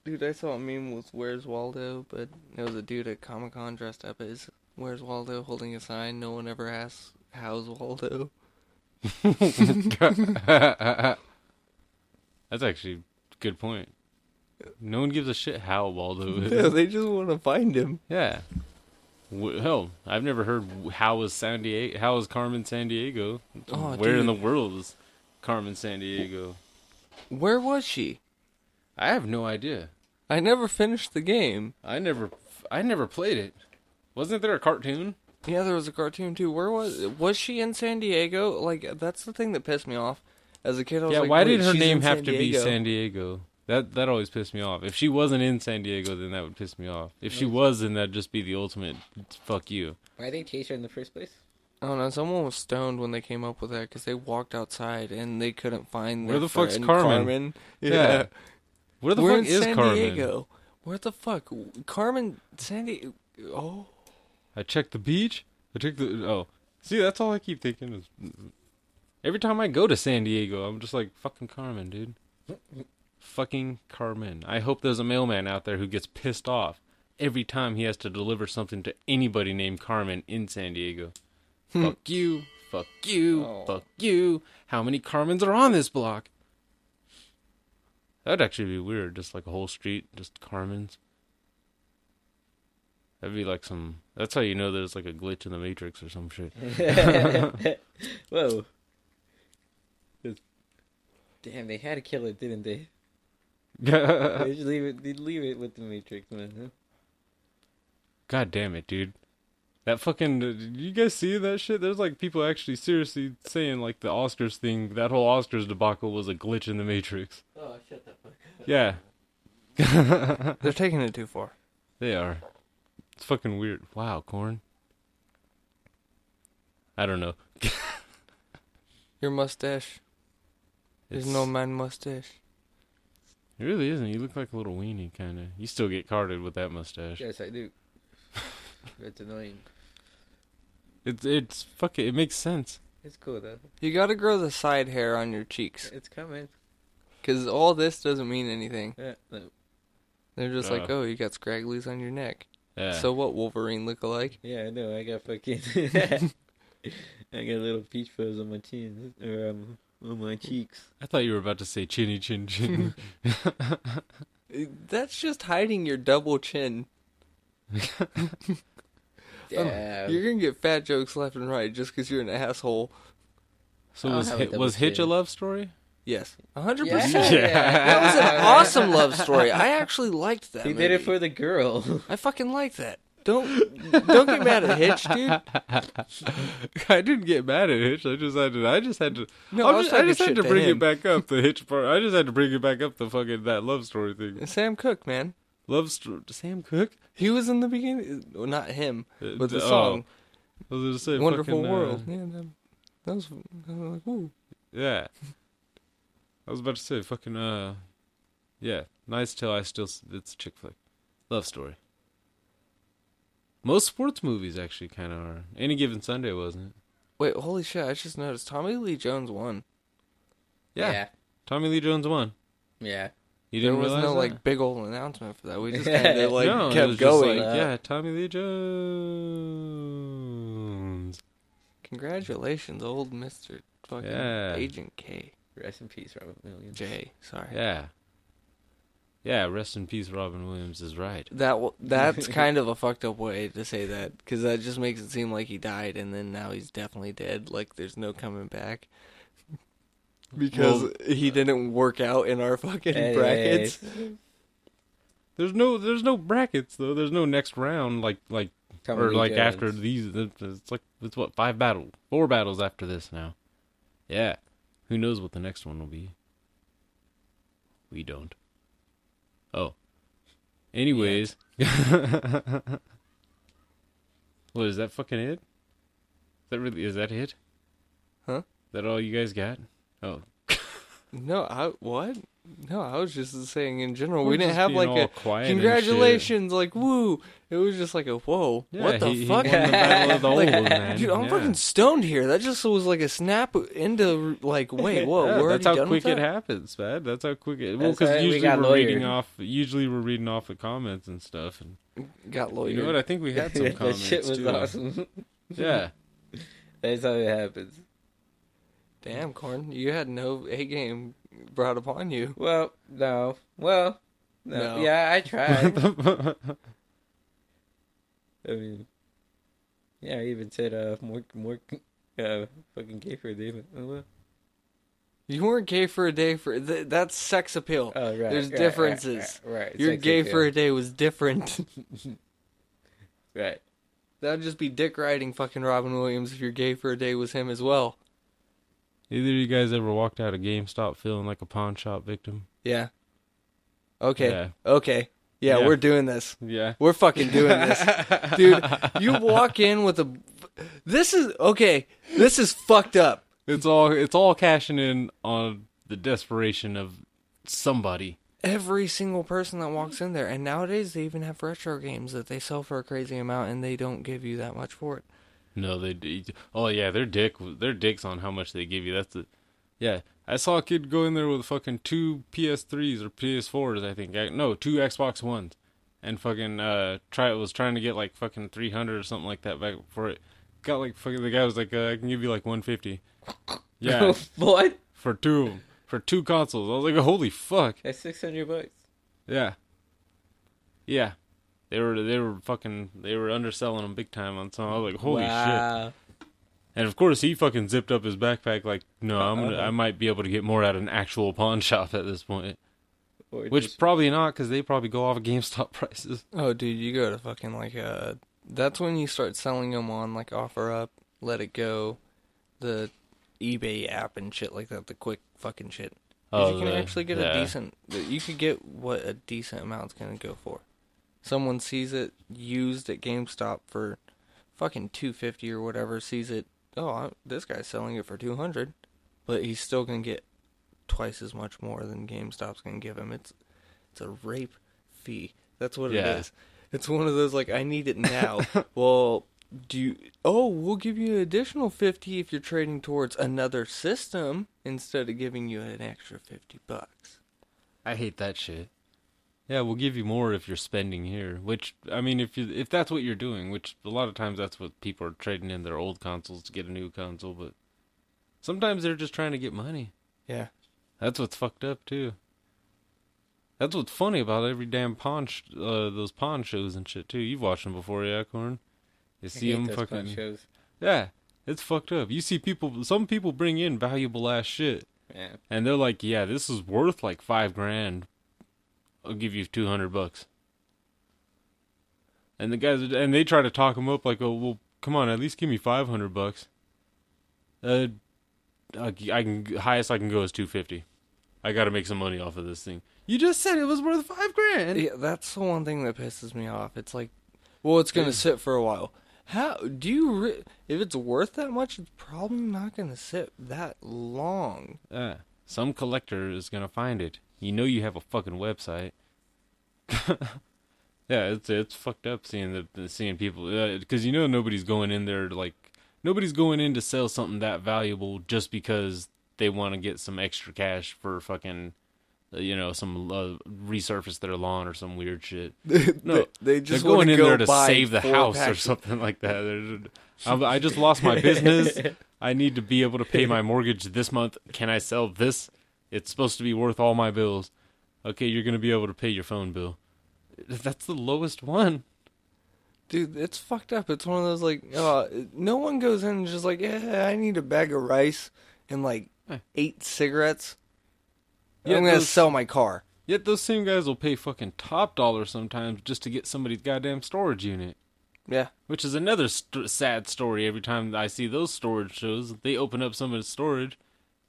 Dude, I saw a meme with Where's Waldo, but it was a dude at Comic Con dressed up as Where's Waldo holding a sign. No one ever asks, How's Waldo?
That's actually a good point. No one gives a shit how Waldo is.
they just want to find him.
Yeah. W- Hell, I've never heard w- how is San Diego? How is Carmen San Diego?
Oh,
Where in
dude.
the world is Carmen San Diego?
Where was she?
I have no idea.
I never finished the game.
I never, I never played it. Wasn't there a cartoon?
Yeah, there was a cartoon too. Where was was she in San Diego? Like that's the thing that pissed me off. As a kid, I was
yeah.
like,
why
"Wait,
did her
she's
name
in
have
San
to be
Diego?"
San Diego? That that always pissed me off. If she wasn't in San Diego, then that would piss me off. If she was, then that'd just be the ultimate fuck you.
Why they chase her in the first place?
I don't know. Someone was stoned when they came up with that because they walked outside and they couldn't find
Where
their
the fuck's
friend,
Carmen?
Yeah.
Where the
We're
fuck
in
is
San
Carmen?
Diego. Where the fuck? Carmen, San Diego. Oh.
I checked the beach. I checked the oh. See, that's all I keep thinking is every time I go to San Diego, I'm just like fucking Carmen, dude. fucking Carmen. I hope there's a mailman out there who gets pissed off every time he has to deliver something to anybody named Carmen in San Diego. fuck you. Fuck you.
Oh.
Fuck you. How many Carmens are on this block? That'd actually be weird, just like a whole street, just Carmen's. That'd be like some. That's how you know there's like a glitch in the Matrix or some shit.
Whoa. Damn, they had to kill it, didn't they?
yeah, Uh.
They just leave it. They leave it with the Matrix, man.
God damn it, dude. That fucking. Did you guys see that shit? There's like people actually seriously saying like the Oscars thing, that whole Oscars debacle was a glitch in the Matrix.
Oh, shut the fuck up.
Yeah,
They're taking it too far.
they are. It's fucking weird. Wow, corn. I don't know.
Your mustache is
It's-
no man mustache.
It really isn't. You look like a little weenie, kind of. You still get carded with that mustache.
Yes, I do. That's annoying.
It's it's fucking. It makes sense.
It's cool though.
You gotta grow the side hair on your cheeks.
It's coming.
Because all this doesn't mean anything.
Yeah, no.
They're just like,
Uh.
oh, you got scragglies on your neck.
Yeah.
So what, Wolverine look alike?
yeah, I know. I got fucking. I got little peach fuzz on my chin or um, on my cheeks.
I thought you were about to say chinny chin chin.
That's just hiding your double chin.
Oh,
Yeah.
You're gonna get fat jokes left and right just because you're an asshole.
so
I'll
was
have a
Hi- was
double
Hitch a
chin.
love story?
Yes. 100%.
yeah.
That was an awesome love story. I actually liked that.
He did it
movie.
for the girl.
I fucking like that. Don't don't get mad at Hitch, dude.
I didn't get mad at Hitch. I just had to. I just had to.
No,
I'm
I was
just- I
talking
just,
shit
had to
to
bring
him.
it back up. The Hitch part. I just had to bring it back up. The fucking that love story thing.
Sam Cooke, man.
Love story. Sam Cooke.
He was in the beginning. Well, not him,
Uh,
but the
oh,
song
I was gonna say
"Wonderful
fucking, uh,
World." yeah, that, that was, I was like, ooh.
yeah. I was about to say fucking uh, yeah. Nice till I still. s- It's a chick flick. Love story. Most sports movies actually kind of are. Any given Sunday, wasn't it?
Wait, holy shit! I just noticed Tommy Lee Jones won.
yeah. Tommy Lee Jones won.
Yeah.
You
There
didn't
was
realize
no
that?
like big old announcement for that. We just kind of like
No, it
kept
was just
going.
like, yeah, Tommy Lee Jones.
Congratulations, old Mister Fucking
Yeah.
Agent K
Rest in peace, Robert Williams.
J. Sorry.
Yeah, yeah. Rest in peace, Robin Williams is right.
That w- that's kind of a fucked up way to say that because that just makes it seem like he died and then now he's definitely dead. Like there's no coming back because
Well-
he didn't work out in our fucking
Hey.
brackets.
There's no, there's no brackets though. There's no next round like like
Tommy
or
Lee
like
Jones.
after these. It's like it's what five battle, four battles after this now. Yeah, who knows what the next one will be? We don't. Oh, anyways, what is that fucking it? Is that really is that it?
Huh?
That all you guys got? Oh,
No, I what? No, I was just saying in general.
We're
we didn't
just
have
being
like
all
a
quiet and
congratulations, like woo. It was just like a whoa.
Yeah,
what the
he- he
fuck?
won the Battle of the
Like,
Old Man,
Dude, I'm
yeah.
fucking stoned here. That just was like a snap into like wait, whoa.
Yeah,
we're already
that's how
done with
quick it
that?
happens, man. That's how quick it. Well,
That's why
because
we
usually
got
we're reading
lawyered.
off. Usually we're reading off the comments and stuff. And
Got lawyered.
you know what? I think we had some
that
comments
shit was
too.
awesome.
Yeah,
That's how it happens.
Damn, Corn, you had no A game brought upon you.
Well, no. Well, no.
No.
Yeah, I tried. I mean, yeah, I even said uh more more uh fucking gay for a day, but oh well.
You weren't gay for a day for th- that's sex appeal.
Uh,
Oh, right.
There's
right,
differences.
Right. right, right.
Your
sex
gay
appeal.
for a day was different.
right.
That'd just be dick riding fucking Robin Williams if your gay for a day was him as well.
Either of you guys ever walked out of GameStop feeling like a pawn shop victim?
Yeah. Okay.
Yeah.
Okay. Yeah,
Yeah.
we're doing this.
Yeah.
We're fucking doing this. Dude, you walk in with a This is okay. This is fucked up.
It's all it's all cashing in on the desperation of somebody.
every single person that walks in there. And nowadays, they even have retro games that they sell for a crazy amount, and they don't give you that much for it.
No, they. d- Oh yeah, their dick. Their dicks on how much they give you. That's the. Yeah, I saw a kid go in there with fucking two PS3s or PS4s. I think I, no, two Xbox Ones, and fucking uh try was trying to get like fucking three hundred or something like that back for it. Got like fucking the guy was like, uh, I can give you like one fifty. Yeah,
what?
for two of 'em, for two consoles. I was like, holy fuck.
That's six hundred bucks.
Yeah. Yeah. They were they were fucking they were underselling them big time on some. I was like, holy shit.
wow.
And of course, he fucking zipped
Uh-huh.
up his backpack like, no, I'm gonna, I might be able to get more at an actual pawn shop at this point.
Or
Which
just-
probably not, because they probably go off of GameStop prices.
Oh, dude, you go to fucking like uh, that's when you start selling them on like OfferUp, Let It Go, the eBay app and shit like that. The quick fucking shit. 'Cause you can
Oh, the-
actually get
yeah.
a decent. You could get what a decent amount's gonna go for. Someone sees it used at GameStop for fucking two fifty or whatever. Sees it. Oh, I, this guy's selling it for two hundred, but he's still gonna get twice as much more than GameStop's gonna give him. It's it's a rape fee. That's what
Yeah.
it is. It's one of those like I need it now. well, do you? Oh, we'll give you an additional fifty if you're trading towards another system instead of giving you an extra fifty bucks.
I hate that shit. Yeah, we'll give you more if you're spending here. Which I mean, if you if that's what you're doing, which a lot of times that's what people are trading in their old consoles to get a new console, but sometimes they're just trying to get money.
Yeah.
That's what's fucked up too. That's what's funny about every damn pawn sh- uh, those pawn shows and shit too. You've watched them before, yeah, Corn. You
I
see
hate
them
those
fucking
pawn shows.
yeah. It's fucked up. You see people. Some people bring in valuable ass shit.
Yeah.
And they're like, yeah, this is worth like five grand. I'll give you 200 bucks. And the guys, and they try to talk him up like, oh, well, come on, at least give me 500 bucks. Uh, I I can, highest I can go is 250. I gotta make some money off of this thing. You just said it was worth five grand.
Yeah, that's the one thing that pisses me off. It's like, well, it's gonna sit for a while. How do you? Re- if it's worth that much, it's probably not gonna sit that long.
Uh, some collector is gonna find it. You know you have a fucking website. yeah, it's it's fucked up seeing the- the seeing people because you know nobody's going in there to like nobody's going in to sell something that valuable just because they want to get some extra cash for fucking uh, you know some uh, resurface their lawn or some weird shit. No,
they just
they're going
wanna
in
go
there to
buy
save the
four
house or
packs.
something like that. They're- I I just lost my business. I need to be able to pay my mortgage this month. Can I sell this? It's supposed to be worth all my bills. Okay, you're going to be able to pay your phone bill. That's the lowest one.
Dude, it's fucked up. It's one of those like, uh, no one goes in and just like, yeah, I need a bag of rice and like eight cigarettes.
Yeah,
I'm gonna
those-
sell my car.
Yet those same guys will pay fucking top dollar sometimes just to get somebody's goddamn storage unit.
Yeah,
Which is another st- sad story every time I see those storage shows. They open up somebody's storage.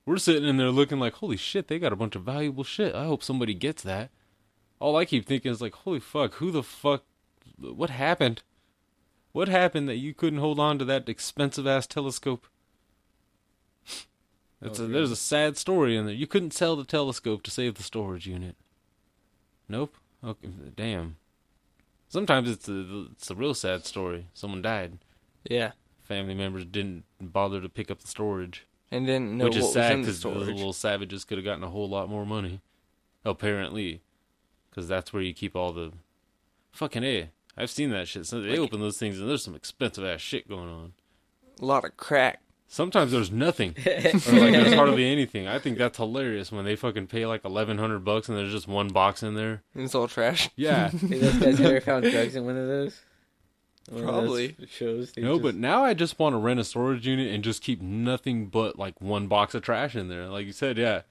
We're sitting in there looking like, holy shit, they got a bunch of valuable shit. I hope somebody gets that. All I keep thinking is like, holy fuck, who the fuck, what happened? What happened that you couldn't hold on to that expensive ass telescope? That's a, there's a sad story in there. You couldn't sell the telescope to save the storage unit. Nope. Okay, damn. Sometimes it's a, it's a real sad story. Someone died.
yeah,
Family members didn't bother to pick up the storage,
and didn't know
which
what
is sad
was in the
because the
storage.
little savages could have gotten a whole lot more money, apparently, because that's where you keep all the fucking a. I've seen that shit. So they open those things and there's some expensive ass shit going on.
A lot of crack.
Sometimes there's nothing, or like there's hardly anything. I think that's hilarious when they fucking pay like eleven hundred bucks and there's just one box in there.
And it's all trash.
Yeah,
Hey, those guys ever found drugs in one of those? One of those
Probably.
shows. they
No,
just-
but now I just want to rent a storage unit and just keep nothing but like one box of trash in there, like you said, yeah.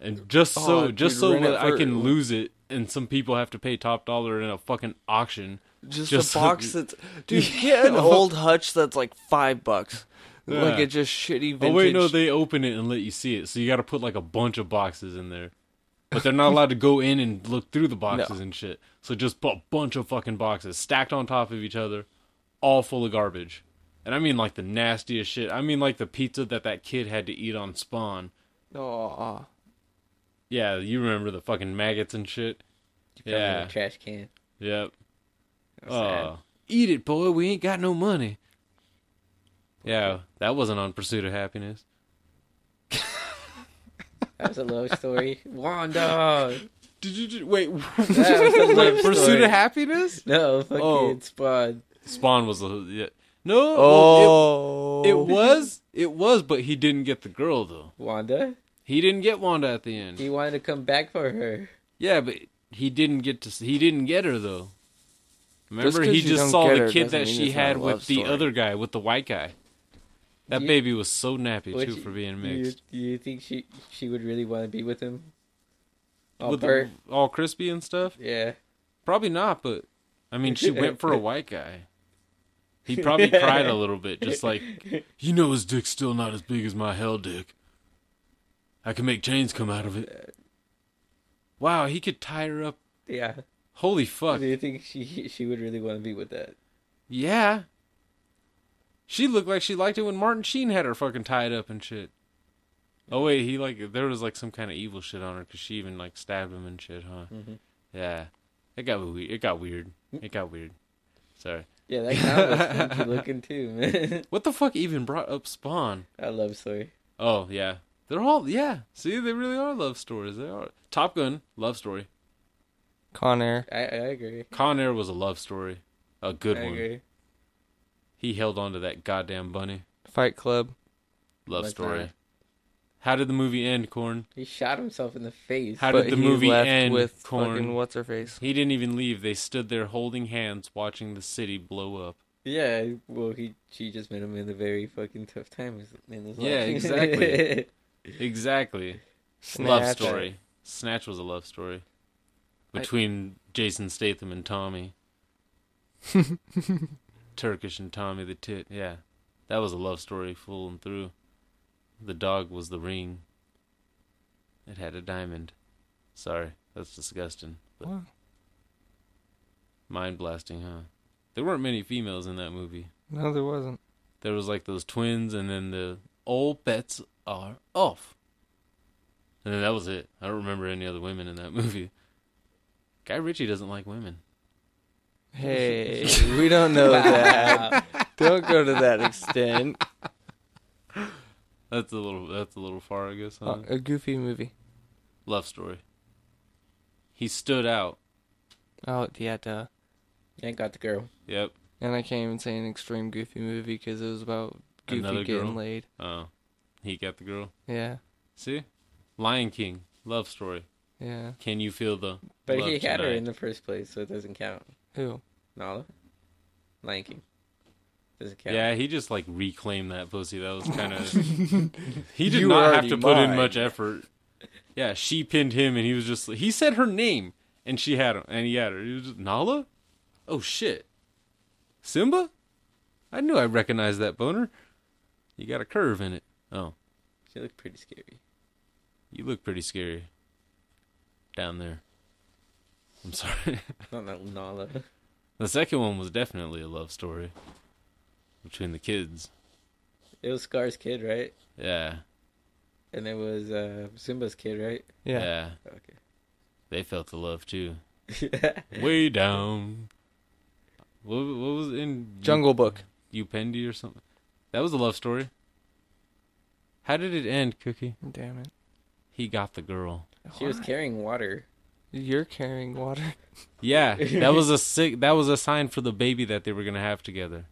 And just so,
Oh, dude,
just so
rent it
that I
for-
can lose it, and some people have to pay top dollar in a fucking auction.
Just,
Just
a
so-
box that's dude. Get an old hutch that's like five bucks, like
Yeah.
a just shitty vintage.
Oh wait, no, they open it and let you see it, so you got to put like a bunch of boxes in there, but they're not allowed to go in and look through the boxes and shit. So just a bunch of fucking boxes stacked on top of each other, all full of garbage. And I mean like the nastiest shit. I mean like the pizza that that kid had to eat on Spawn.
Aw.
Yeah, you remember the fucking maggots and shit.
found in a
Yeah.
trash can.
Yep.
That's sad.
Oh, eat it, boy. We ain't got no money. Yeah, that wasn't on Pursuit of Happiness.
That was a love story. Wanda.
Did you ju- wait?
That was a love
Pursuit
story.
of Happiness?
No, fucking
Oh.
Spawn.
Spawn was a yeah. No. well,
Oh,
It, it was. It was, but he didn't get the girl though.
Wanda.
He didn't get Wanda at the end.
He wanted to come back for her.
Yeah, but he didn't get to. He didn't get her though. Remember,
'cause
he
you
just
don't
saw
get
the
her
kid
doesn't
that
mean
she
it's not a
had with
love
the
story.
other guy, with the white guy. That
You-
baby was so nappy
Would
too
you-
for being
Do you,
mixed.
do you think she she would really want to be with him? All
with the,
burnt.
all crispy and stuff?
Yeah.
Probably not, but I mean, she went for a white guy. He probably cried a little bit, just like you know, his dick's still not as big as my hell dick. I can make chains come out of it. Wow, he could tie her up.
Yeah.
Holy fuck!
Do you think she she would really want to be with that?
Yeah. She looked like she liked it when Martin Sheen had her fucking tied up and shit. Oh wait, he like there was like some kind of evil shit on her because she even like stabbed him and shit, huh? Yeah, it got weird. It got weird. It got weird. Sorry.
Yeah, that clown was stinky looking too, man.
What the fuck even brought up Spawn?
I love story.
Oh yeah, they're all yeah. See, they really are love stories. They are Top Gun love story.
Con Air.
I I agree.
Con Air was a love story, a good
I
one.
agree.
He held on to that goddamn bunny.
Fight Club.
Love
Like
story.
that.
How did the movie end, Corn?
He shot himself in the face.
How
but
did the
he
movie
left
end,
with
Corn?
fucking what's her face?
He didn't even leave. They stood there holding hands, watching the city blow up.
Yeah, well, he she just met him in a very fucking tough time in his life.
Yeah, exactly. Exactly. Love
Snatch.
story. Snatch was a love story between Jason Statham and Tommy. Turkish and Tommy the tit. Yeah, that was a love story full and through. The dog was the ring. It had a diamond. Sorry, that's disgusting. But
What?
Mind blasting, huh? There weren't many females in that movie.
No, there wasn't.
There was like those twins, and then the all bets are off. And then that was it. I don't remember any other women in that movie. Guy Ritchie doesn't like women.
Hey, we don't know that. don't go to that extent.
That's a little. That's a little far, I guess. Huh?
Uh, a goofy movie.
Love story. He stood out.
Oh yeah, duh.
and got the girl.
Yep.
And I can't even say an extreme goofy movie because it was about Goofy
Another
getting
girl?
laid.
Oh, he got the girl.
Yeah,
See, Lion King. Love story.
yeah.
Can you feel the?
But
love
he had her
tonight?
in the first place, so it doesn't count.
Who?
Nala, Lion King, doesn't count.
Yeah, he just like reclaimed that pussy. That was kind of. he did
You were
not have
already
to put in
mine.
much effort. Yeah, she pinned him, and he was just. He said her name, and she had him, and he had her. He was just Nala. Oh shit, Simba. I knew I recognized that boner. You got a curve in it. Oh,
she looked pretty scary.
you look pretty scary. Down there. I'm sorry.
Not that Nala.
the second one was definitely a love story between the kids.
It was Scar's kid, right?
Yeah.
And it was uh, Simba's kid, right?
Yeah.
yeah.
Okay.
They felt the love too. Way down. What, what was in
Jungle Book.
Upendi or something? That was a love story. How did it end, Cookie?
Damn it.
He got the girl.
she was carrying water.
You're carrying water.
Yeah, that was a sick. That was a sign for the baby that they were gonna have together.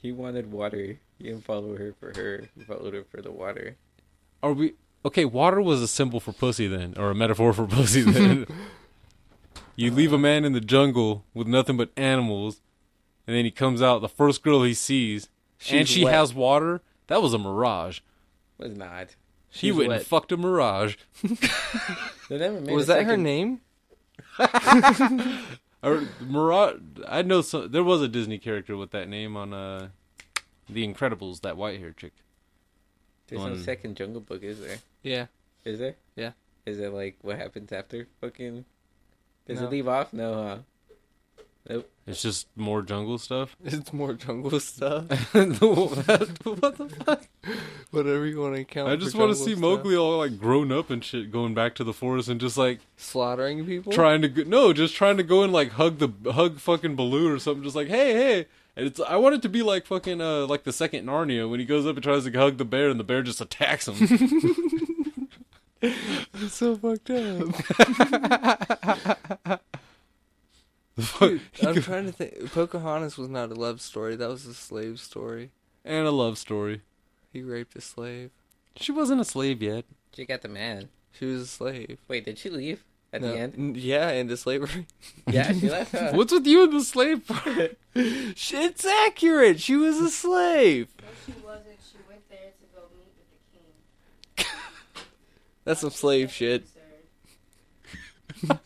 He wanted water. He didn't follow her for her. He followed her for the water.
Are we okay? Water was a symbol for pussy then, or a metaphor for pussy then. you leave a man in the jungle with nothing but animals, and then he comes out. The first girl he sees,
She's
and she
wet.
has water. That was a mirage.
Was not.
he
She's
went
wet.
and fucked a mirage.
They never made
Was
a
that her
second-
name?
Or Mirage. I know some, there was a Disney character with that name on uh, The Incredibles, that white haired chick.
There's no
one?
second Jungle Book, is there?
Yeah.
Is there?
Yeah.
Is it like what happens after fucking? Does
No.
it leave off? No, huh? Nope.
It's just more jungle stuff.
It's more jungle stuff.
what the fuck?
Whatever you want to count.
I
for
just want
jungle
to see
stuff.
Mowgli all like grown up and shit, going back to the forest and just like
slaughtering people.
trying to go, no, just trying to go and like hug the hug fucking Baloo or something. Just like hey hey. And it's, I want it to be like fucking uh, like the second Narnia when he goes up and tries to hug the bear and the bear just attacks him.
It's so fucked up. I'm trying to think. Pocahontas was not a love story. That was a slave story.
and a love story.
He raped a slave.
She wasn't a slave yet.
She got the man.
She was a slave.
Wait, did she leave at
No.
the end?
N- Yeah, into slavery.
Yeah, she left. Huh?
What's with you and the slave part?
it's accurate. She was a slave.
She wasn't. She went there to go meet with the king.
That's some slave shit.
Absurd.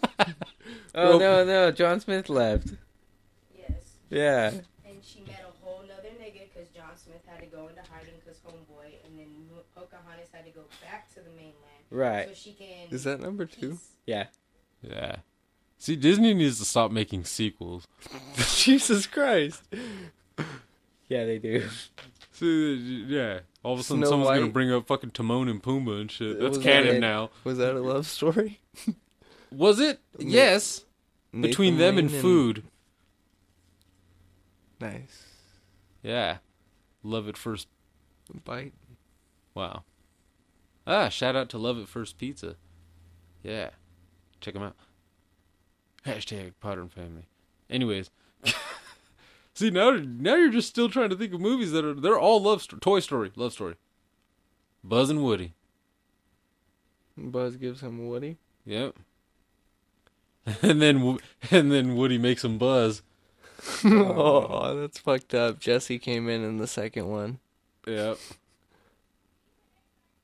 Well-
Oh no, no, John Smith left.
Yes.
Yeah.
And she met a whole nother nigga because John Smith had to go into hiding because homeboy, and then Mo- Pocahontas had to go back to the mainland. So
Right.
she can.
Is that number two?
Yeah.
Yeah. See, Disney needs to stop making sequels.
Jesus Christ.
Yeah, they do.
See, yeah. All of a sudden,
Snow
someone's gonna
White.
bring up fucking Timon and Pumbaa and shit. That's
was
canon
it.
now.
Was that a love story?
Was it? Yes. Between
Nathan
them and
Lane
food.
Nice.
Yeah. Love at first.
Bite.
Wow. Ah, shout out to Love at First Pizza. Yeah. Check them out. Hashtag Potter and Family. Anyways. See now, now you're just still trying to think of movies that are they're all love sto- Toy Story, Love Story, Buzz and Woody.
Buzz gives him Woody.
Yep. And then Wo- and then Woody makes him buzz.
oh, that's fucked up. Jesse came in in the second one.
Yep.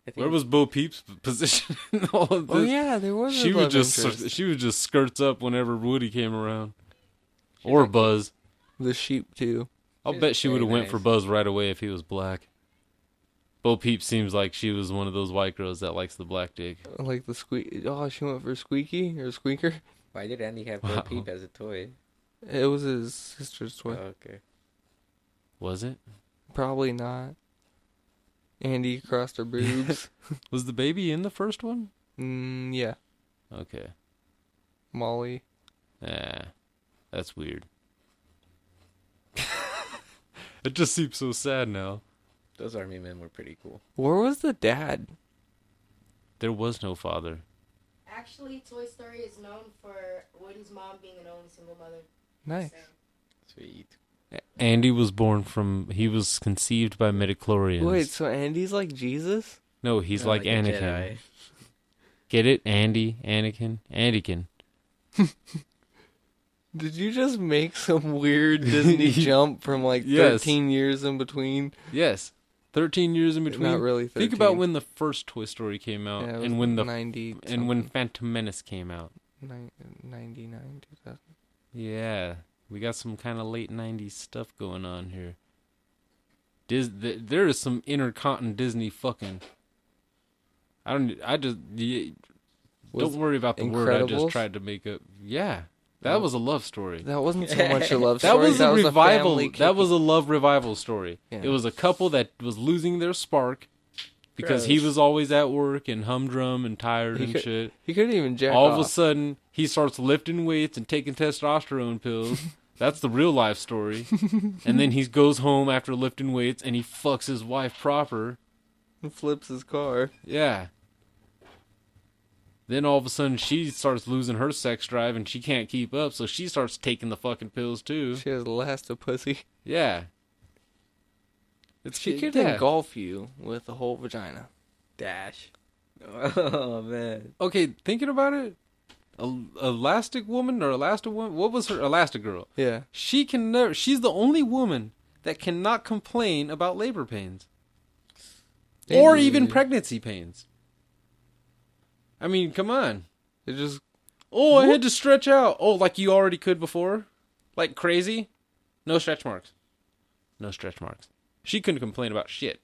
I think
Where was Bo Peep's position in all of this?
Oh yeah, there was.
She
a
would
love
just
interest.
she would just skirts up whenever Woody came around, or Buzz.
the sheep too.
I'll
She's
bet she would have
pretty
went for
nice.
Buzz right away if he was black. Bo Peep seems like she was one of those white girls that likes the black dick.
Like the squeak. Oh, she went for Squeaky or Squeaker.
why did Andy have
Wow.
Bo Peep as a toy?
It was his sister's
Oh,
toy.
okay.
Was it?
Probably not. Andy crossed her boobs.
Was the baby in the first one?
mm, yeah,
Okay.
Molly.
Ah, that's weird. it just seems so sad now.
Those army men were pretty cool.
Where was the dad?
There was no father.
Actually, Toy Story is known for Woody's mom being an only single mother.
Nice.
So-
Sweet.
Andy was born from. He was conceived by midichlorians.
Wait, so Andy's like Jesus?
no, he's
Kinda
like,
a
Anakin.
Jedi.
Get it, Andy, Anakin, Anakin.
Did you just make some weird Disney jump from like
Yes.
13 years in between?
Yes, thirteen years in between.
Not really. 13.
Think about when the first Toy Story came out,
Yeah, it was
and when the
90
and when
something.
Phantom Menace came out.
Nin- 99, 2000.
Yeah, we got some kind of late '90s stuff going on here. Dis- th- there is some intercontinental Disney fucking. I don't. I just y-
Was
don't worry about the word. I just
Incredibles?
tried to make up. Yeah, that
Oh.
was a love story.
That wasn't so much a love
That
story.
was a revival.
family
that was a love revival story.
Yeah.
It was a couple that was losing their spark because he
Gross.
was always at work and humdrum and tired
He
and
could-
shit.
He couldn't even jack
All
off.
of a sudden, he starts lifting weights and taking testosterone pills. That's the real life story. and then he goes home after lifting weights and he fucks his wife proper.
and flips his car.
Yeah. Then all of a sudden she starts losing her sex drive and she can't keep up, so she starts taking the fucking pills too.
She has last a pussy.
Yeah. It's
She could
yeah.
engulf you with a whole vagina.
Dash. Oh man.
Okay, thinking about it, El- Elastic Woman or Elastic Woman, what was her Elastic Girl?
Yeah.
She can never. She's the only woman that cannot complain about labor pains or even pregnancy pains. I mean, come on.
It just
Oh, I had to stretch out. Oh, like you already could before, like crazy. No stretch marks. No stretch marks. She couldn't complain about shit.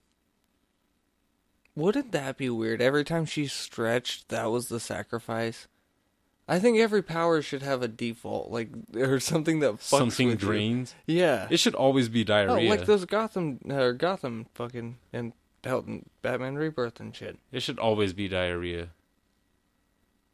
wouldn't that be weird? Every time she stretched, that was the sacrifice. I think every power should have a default, like or something that fucks
Something
with you.
drains.
Yeah.
It should always be
Oh,
diarrhea.
like those Gotham, uh, Gotham fucking and Helton, Batman Rebirth and shit.
It should always be diarrhea.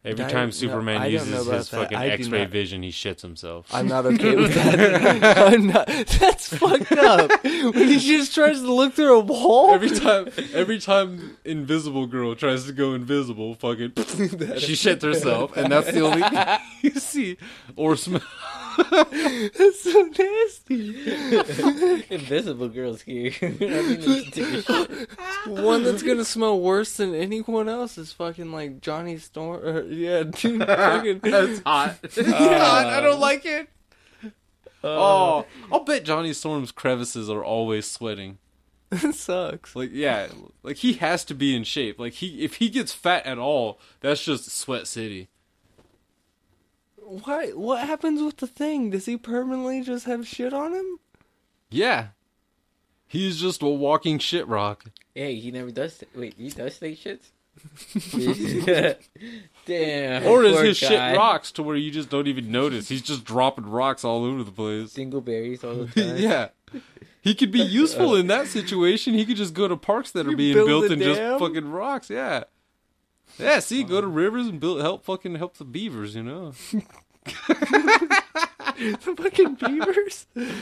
Every
Di-
time
no,
Superman
I don't know
uses
about
his
that.
fucking
I do
X-ray
not-
vision, he shits himself.
I'm not okay with that. I'm not. That's fucked up. When he just tries to look through a wall.
Every time, every time, Invisible Girl tries to go invisible, fucking, she shits herself, and that's the only thing you see or smell.
That's so nasty.
Invisible girls here. I mean, they should take a shit.
One that's gonna smell worse than anyone else is fucking like Johnny Storm. Or, yeah, dude, fucking,
That's hot. It's hot. I don't like it.
Uh.
oh, I'll bet Johnny Storm's crevices are always sweating.
that sucks.
Like yeah, like he has to be in shape. Like he if he gets fat at all, that's just sweat city.
Why? What happens with the thing? Does he permanently just have shit on him?
Yeah. He's just a walking shit rock.
Hey, he never does. Th- wait, he does say shits. Damn.
Or is
poor
his
guy.
shit rocks to where you just don't even notice? He's just dropping rocks all over the place.
Dingleberries all the time.
yeah. He could be useful in that situation. He could just go to parks that are being
build
built
a
and just
dam?
fucking rocks. Yeah. Yeah, see, go to rivers and build help fucking help the beavers, you know.
The fucking beavers.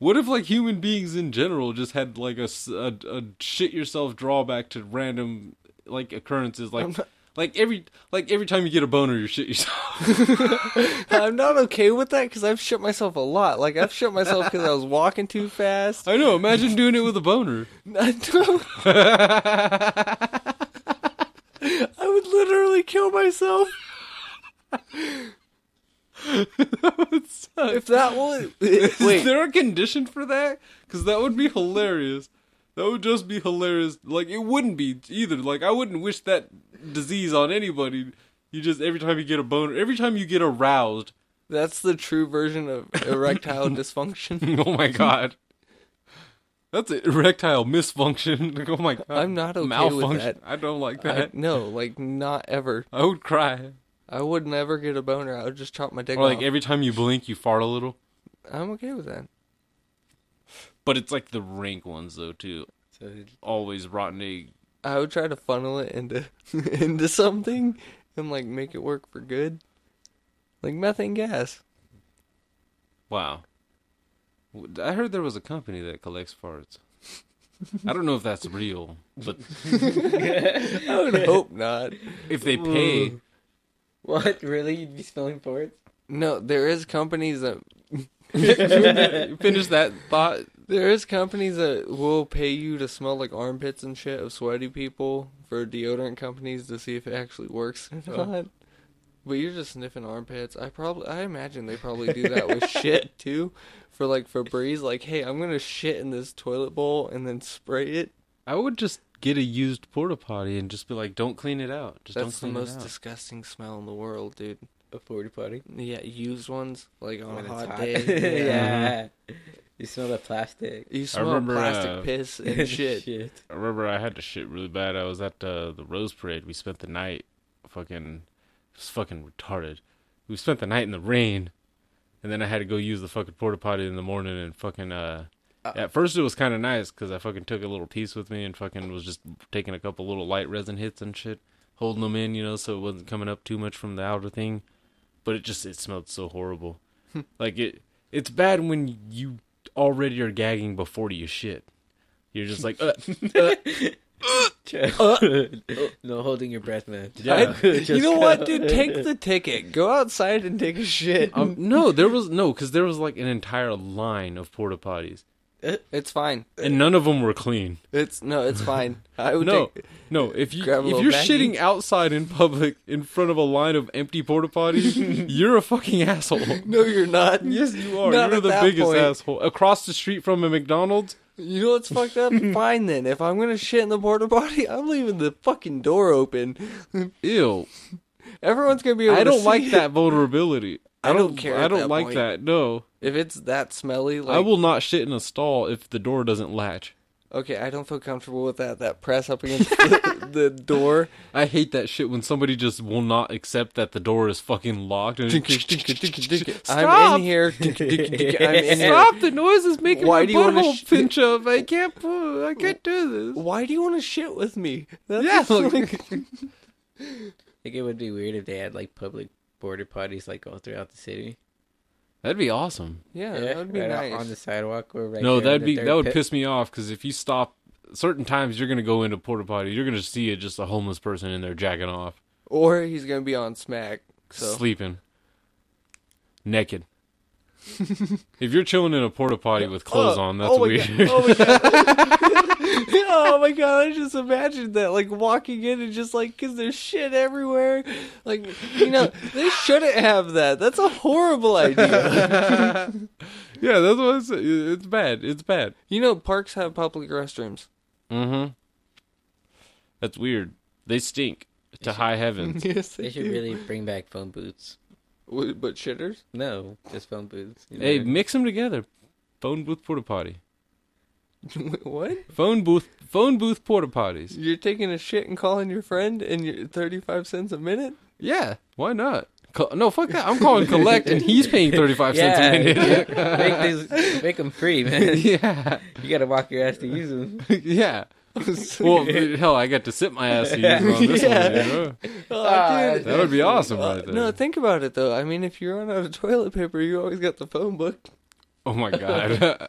What if like human beings in general just had like a, s- a- a shit yourself drawback to random like occurrences like like every like every time you get a boner you shit yourself.
I'm not okay with that because I've shit myself a lot. Like I've shit myself because I was walking too fast.
I know, imagine doing it with a boner.
I don't- I would literally kill myself. If that was
Is
wait,
there a condition for that? Cuz that would be hilarious. That would just be hilarious. Like it wouldn't be either. Like I wouldn't wish that disease on anybody. You just every time you get a boner, every time you get aroused.
that's the true version of erectile dysfunction.
Oh my god. That's an erectile misfunction. Like, oh my god.
I'm not okay with that.
I don't like
I,
that.
no, like not ever.
I, would cry.
I would never get a boner. I would just chop my dick
Or like
off.
every time you blink, you fart a little.
I'm okay with that.
But it's like the rank ones though too.
So,
Always rotten egg.
I would try to funnel it into into something and like make it work for good, like methane gas.
Wow. I heard there was a company that collects farts. I don't know if that's real, but
I would hope not.
if they pay,
what? Really? You'd be smelling farts?
No, there is companies that
finish that thought.
there is companies that will pay you to smell like armpits and shit of sweaty people for deodorant companies to see if it actually works or not. But you're just sniffing armpits. I probably I imagine they probably do that with shit too, for like Febreze. Like, hey, I'm gonna shit in this toilet bowl and then spray it.
I would just get a used porta potty and just be like, "Don't clean it out." Just
That's the
don't clean
most
it out.
disgusting smell in the world, dude.
A forty potty?
Yeah, used ones like on
When
a
it's
hot,
hot.
day. Yeah.
yeah. You smell the plastic.
You smell
remember,
plastic
uh,
piss and shit.
I remember I had to shit really bad. I was at uh, the Rose Parade. We spent the night fucking. It was fucking retarded. We spent the night in the rain, and then I had to go use the fucking porta potty in the morning and fucking. uh at first, it was kind of nice because I fucking took a little piece with me and fucking was just taking a couple little light resin hits and shit, holding them in, you know, so it wasn't coming up too much from the outer thing. But it just it smelled so horrible. like it, it's bad when you already are gagging before you shit. You're just like, uh,
no holding your breath, man.
yeah.
you know what, dude? Take the ticket. Go outside and take a shit.
Um, no, there was no because there was like an entire line of porta potties,
it's fine.
and none of them were clean.
It's no, it's fine. I would
No,
take-
no. If you
Grab a
if
little
you're
baggie.
shitting outside in public in front of a line of empty porta potties, you're a fucking asshole.
no, you're not.
Yes, you are.
Not
you're
at
the
that
biggest
point.
asshole. Across the street from a McDonald's,
You know what's fucked up? fine then. If I'm gonna shit in the porta potty, I'm leaving the fucking door open.
ew.
Everyone's gonna be. Able
I
to
don't
see
like
it.
that vulnerability.
I don't care
I
at
don't
that
like
point.
that. No,
If it's that smelly, like
I will not shit in a stall if the door doesn't latch.
Okay, I don't feel comfortable with that. That press up against the, the door.
I hate that shit when somebody just will not accept that the door is fucking locked. And
I'm in here. I'm in here.
The noise is making
Why do you wanna sh-
up. I can't. pu- I can't do this.
Why do you want to shit with me? That's
Yeah,
just
look.
like-
I think it would be weird if they had like public border potties like all throughout the city.
That'd be awesome.
yeah, that would be
right out
nice.
on the sidewalk or right.
no,
there
that'd
in the
be
dirt
that would
pit.
piss me off because if you stop certain times, you're gonna go into porta potty. You're gonna see just a homeless person in there jacking off,
Or he's gonna be on smack. So
sleeping, naked. if you're chilling in a porta potty with clothes
Oh,
on, that's
oh my
weird.
God, oh my god! oh my god! I just imagined that, like walking in and just like, cause there's shit everywhere. Like, you know, they shouldn't have that. That's a horrible idea.
yeah, that's what I said. It's bad. It's bad.
you know, parks have public restrooms.
Mm-hmm. That's weird. They stink to high heavens.
Yes,
They should really bring back phone booths.
W- But shitters?
No, just phone booths. you
Hey,
know.
mix them together. Phone booth porta potty.
what?
Phone booth. Phone booth porta potties.
You're taking a shit and calling your friend and you're 35 cents a minute?
Yeah. Why not? Co- no, fuck that. I'm calling collect, and he's paying thirty five cents a
Yeah,
minute.
yeah. make these, make them free, man.
yeah.
You gotta walk your ass to use them.
yeah. Well, hell, I got to sit my ass to use on this
Yeah.
one. You know?
Oh,
Ah,
dude.
That would be awesome
Uh,
right there.
no, think about it though. I mean, if you run out of toilet paper, you always got the phone book.
oh my god.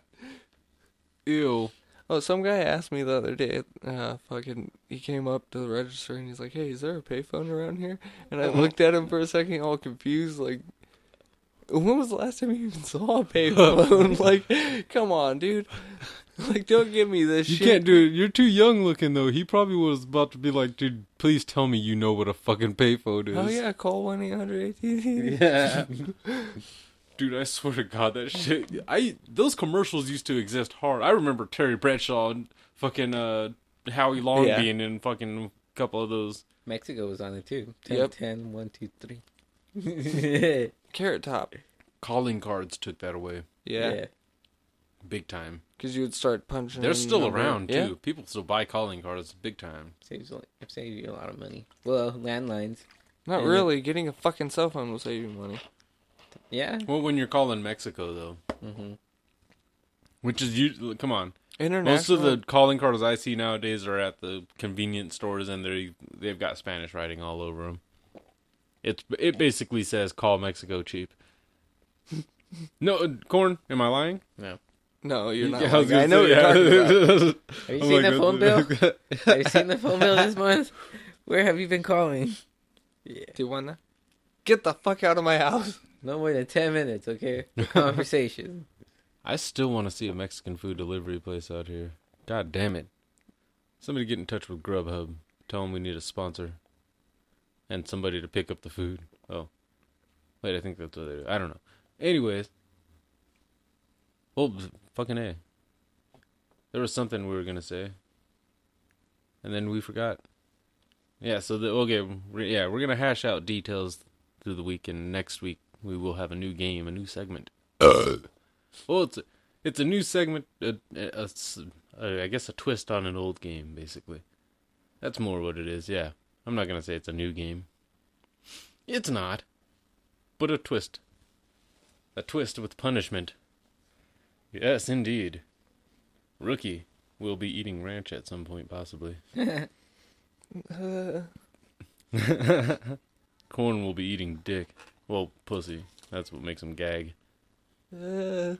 Ew.
Oh, some guy asked me the other day. Uh, fucking, he came up to the register and he's like, "Hey, is there a payphone around here?" And I looked at him for a second, all confused, like, "When was the last time you even saw a payphone?" like, come on, dude. Like, don't give me this
You
shit.
can't do it. You're too young looking though. He probably was about to be like, dude, please tell me you know what a fucking payphone is.
Oh yeah, call one eight hundred eighteen.
Yeah.
Dude, I swear to God, that shit. I those commercials used to exist hard. I remember Terry Bradshaw and fucking uh, Howie Long
Yeah.
being in fucking a couple of those.
Mexico was on it too. 10,
Yep.
10, 1, 2, 3.
Carrot Top.
Calling cards took that away
Yeah,
big time.
because you would start punching.
They're
in
still
number-
around
Mm, Yeah?
too. People still buy calling cards big time.
Saves, a- saves you a lot of money. Well, landlines.
Not
Yeah.
really. Getting a fucking cell phone will save you money.
Yeah.
Well, when you're calling Mexico though,
Mm-hmm.
Mhm.
which is usually come on.
International.
Most of the calling cards I see nowadays are at the convenience stores, and they they've got Spanish writing all over them. It's it basically says "Call Mexico cheap." no, uh, corn. Am I lying?
No, you're not.
Yeah, I was
lying. I,
gonna
know
say,
what you're talking about.
Have you
I'm
seen
like,
that
what
phone bill?
the-
have you seen the phone bill this month? Where have you been calling? Yeah.
Do you wanna get the fuck out of my house?
No more than 10 minutes, okay? For Conversation.
I still want to see a Mexican food delivery place out here. God damn it! Somebody get in touch with Grubhub. Tell them we need a sponsor, and somebody to pick up the food. Oh, wait, I think that's what they do. I don't know. Anyways, well, fucking a. There was something we were gonna say, and then we forgot. Yeah. So the okay, we yeah, we're gonna hash out details through the week, and next week we will have a new game, a new segment. Well, it's a, it's a new segment, a, a s- a- I guess a twist on an old game, basically. That's more what it is, yeah. I'm not going to say it's a new game. It's not. But a twist. A twist with punishment. Yes, indeed. Rookie will be eating ranch at some point, possibly.
Uh,
Corn will be eating dick. Well, pussy. That's what makes him gag.
uh.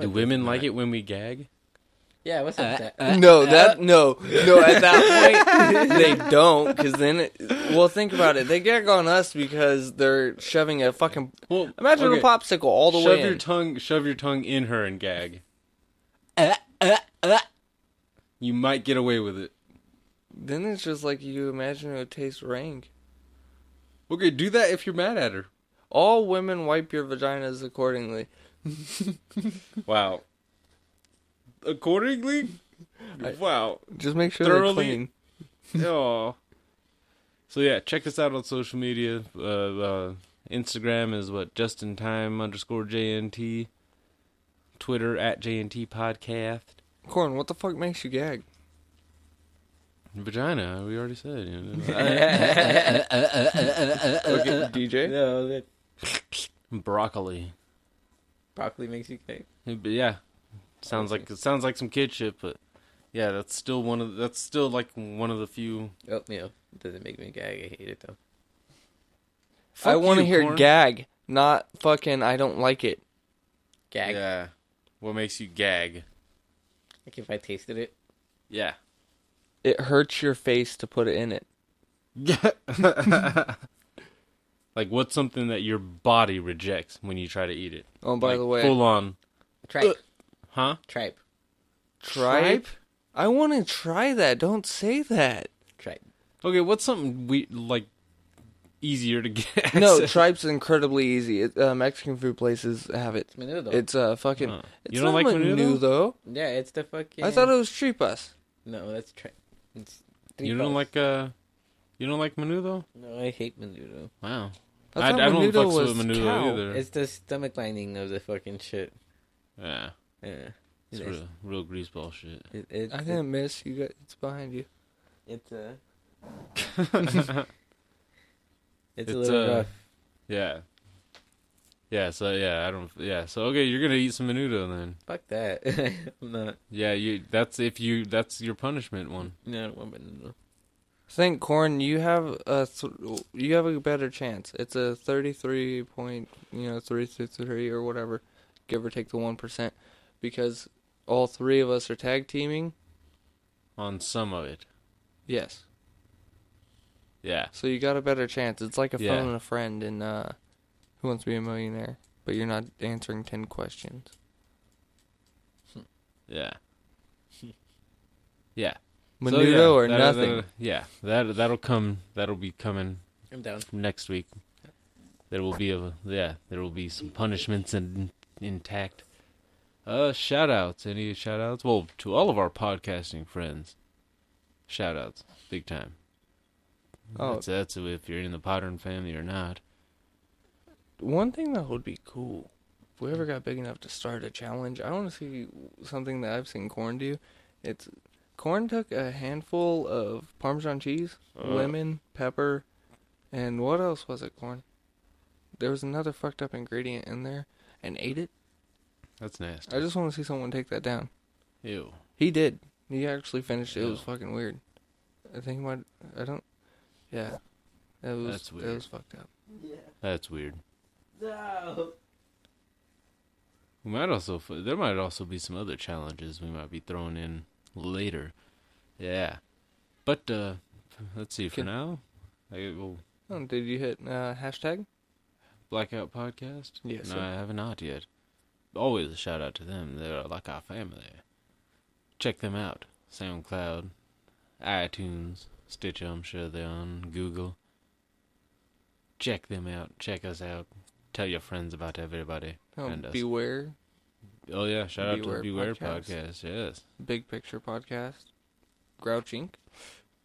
Do women like it when we gag?
Yeah, what's up with that?
Uh,
No, that no, no. At that point, they don't, because then, it, well, think about it. They gag on us because they're shoving a fucking.
Well,
Imagine
okay.
a popsicle all the
shove
way
your
in.
tongue shove your tongue in her and gag
Uh,
you might get away with it
then it's just like you imagine it would taste rank.
okay do that if you're mad at her
All women wipe your vaginas accordingly.
wow accordingly wow
Just make sure they're
Thoroughly-
clean.
oh so yeah check us out on social media uh, uh instagram is what just in time underscore jnt twitter at jnt podcast
Corn, what the fuck makes you gag?
vagina we already said you know. uh,
DJ,
No, that
broccoli
broccoli makes you gay.
But yeah, sounds like it sounds like some kid shit, but yeah, that's still one of that's still like one of the few.
Oh, yeah. Doesn't make me gag. I hate it, though.
I
Fuck
want to
you,
hear
Corn.
gag, not fucking. I don't like it.
Gag.
Yeah, what makes you gag?
Like if I tasted it.
Yeah,
It hurts your face to put it in it.
yeah. like what's something that your body rejects when you try to eat it?
Oh, by
Like,
the way,
full on,
Tripe.
huh?
Tripe.
tripe. I want to try that. Don't say that.
Tripe.
Okay, what's something we like easier to get?
No, tripe's incredibly easy. It, uh, Mexican food places have it.
Menudo.
It's uh fucking.
Huh.
It's
You don't
not
like
new
menudo?
though.
yeah, it's the fucking.
I thought it was tripas.
No, that's tripe. It's
you don't
tripas.
like uh, you don't like menudo?
No, I hate menudo.
Wow,
That's
I, I
how
don't
Menudo
fucks
was
with Menudo
cow.
either.
It's the stomach lining of the fucking shit.
yeah,
Yeah.
it's
It's-
real, real greaseball shit.
It, it,
I
it-
didn't miss. You got it's behind you.
it's a, it's
It's,
a little
uh,
rough.
yeah, yeah. So yeah, I don't. Yeah, so okay, you're gonna eat some Menudo then.
Fuck that. I'm not.
Yeah, you. That's if you. That's your punishment one.
No, I don't want banana.
I think corn. You have a th- you have a better chance. It's a thirty-three point you know three three three or whatever, give or take the one percent, because all three of us are tag teaming.
on some of it.
Yes,
Yeah.
so you got a better chance. It's like a
Yeah.
phone and a friend in uh, Who Wants to Be a Millionaire, but you're not answering ten questions.
Yeah. Yeah.
Menudo
So, yeah,
or
that-
nothing.
that- yeah. That that'll come that'll be coming
I'm down.
next week. There will be a yeah, there will be some punishments in, intact. Uh shout outs. Any shout outs? Well, to all of our podcasting friends. Shout outs. Big time.
Oh.
That's, that's if you're in the Pottern family or not.
One thing that would be cool, if we ever got big enough to start a challenge, I want to see something that I've seen Corn do. It's Corn took a handful of Parmesan cheese,
Uh.
lemon, pepper, and what else was it, Corn? There was another fucked up ingredient in there and ate it.
That's nasty.
I just want to see someone take that down.
Ew.
He did. He actually finished it. It was
Yeah.
fucking weird. I think he might. I don't. Yeah. That was,
That's
That
weird.
was fucked up.
That's weird.
No.
We might also f- there might also be some other challenges we might be throwing in later. Yeah, but uh let's see. For
Can-
now, I will
Oh, did you hit uh, hashtag?
blackout podcast.
Yes,
no,
sir.
I have not yet. Always a shout out to them. They're like our family. Check them out. SoundCloud, iTunes, Stitcher. I'm sure they're on Google. Check them out. Check us out. Tell your friends about everybody.
Oh,
and us.
beware.
oh yeah, shout out
Beware
to Beware
Podcast.
Podcast. Yes.
Big Picture Podcast, Grouch Inc.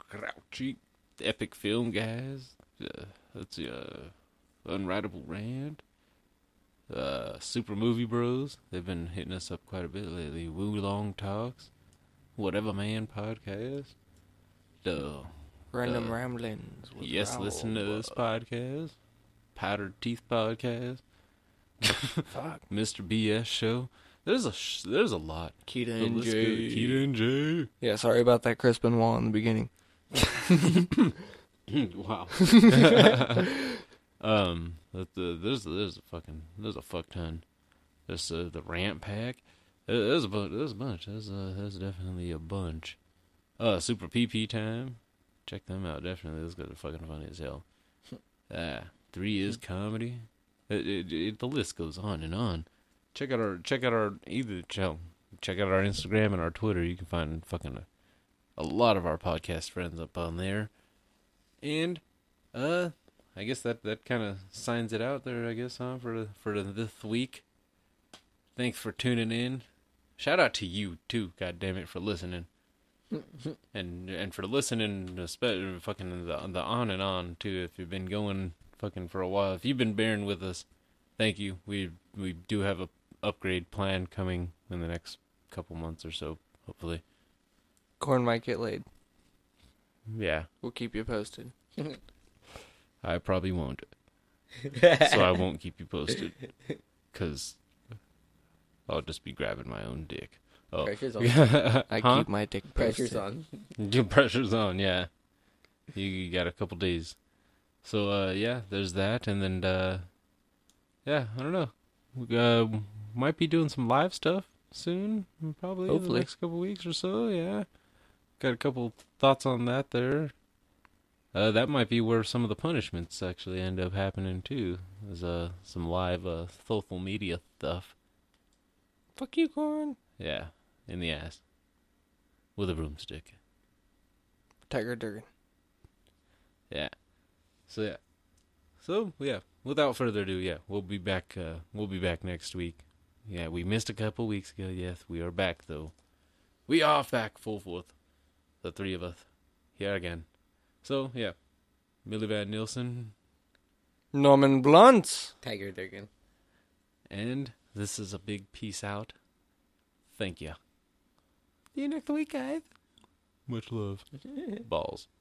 Grouchy, Epic Film Guys. Uh, let's see, uh, Unwritable Rand. Uh, Super Movie Bros. They've been hitting us up quite a bit lately. Woo Long Talks. Whatever Man Podcast. The
Random
Uh,
Ramblings. with
Yes
Raoul. uh,
Listen to Us Podcast. Powdered Teeth Podcast.
Fuck.
Mr. BS Show. There's a sh- there's a lot.
Keita
The
and
list
Jay.
goes- Keita and Jay.
Yeah, sorry about that Crispin Wall in the beginning.
wow. um, but the, there's there's a fucking there's a fuck ton. There's uh, the rant pack. There- There's a bunch. There's a bunch. There's uh, there's definitely a bunch. Uh, super PP time. Check them out. Definitely, those guys are fucking funny as hell. Ah, three is comedy. It, it, it, the list goes on and on. Check out our check out our either channel. Check out our Instagram and our Twitter. You can find fucking a, a lot of our podcast friends up on there. And uh I guess that that kind of signs it out there, I guess, huh, for for this week. Thanks for tuning in. Shout out to you too, god damn it, for listening. and and for listening especially fucking the the on and on too if you've been going fucking for a while. If you've been bearing with us, thank you. We we do have a upgrade plan coming in the next couple months or so, hopefully.
Corn might get laid.
Yeah.
We'll keep you posted.
I probably won't. so I won't keep you posted. Because I'll just be grabbing my own dick. Oh.
Pressure's on.
I
Huh?
keep my dick posted.
Pressure's on.
Your pressure's on, yeah. You, you got a couple days. So, uh, yeah, there's that. And then, uh, yeah, I don't know. We, uh, might be doing some live stuff soon, probably in the
Hopefully.
next couple weeks or so, yeah. Got a couple thoughts on that there. Uh, that might be where some of the punishments actually end up happening too. Is uh some live uh social media stuff.
Fuck you, Corn.
Yeah, in the ass with a broomstick.
Tiger Durgan.
Yeah. So yeah. So yeah. Without further ado, yeah, we'll be back. Uh, we'll be back next week. Yeah, we missed a couple weeks ago. Yes, we are back though. We are back full forth. The three of us here again. So yeah, Millie Van Nielsen,
Norman Blunt.
Tiger Durkin.
And this is a big peace out. Thank you. See you next week, guys. Much love. Balls.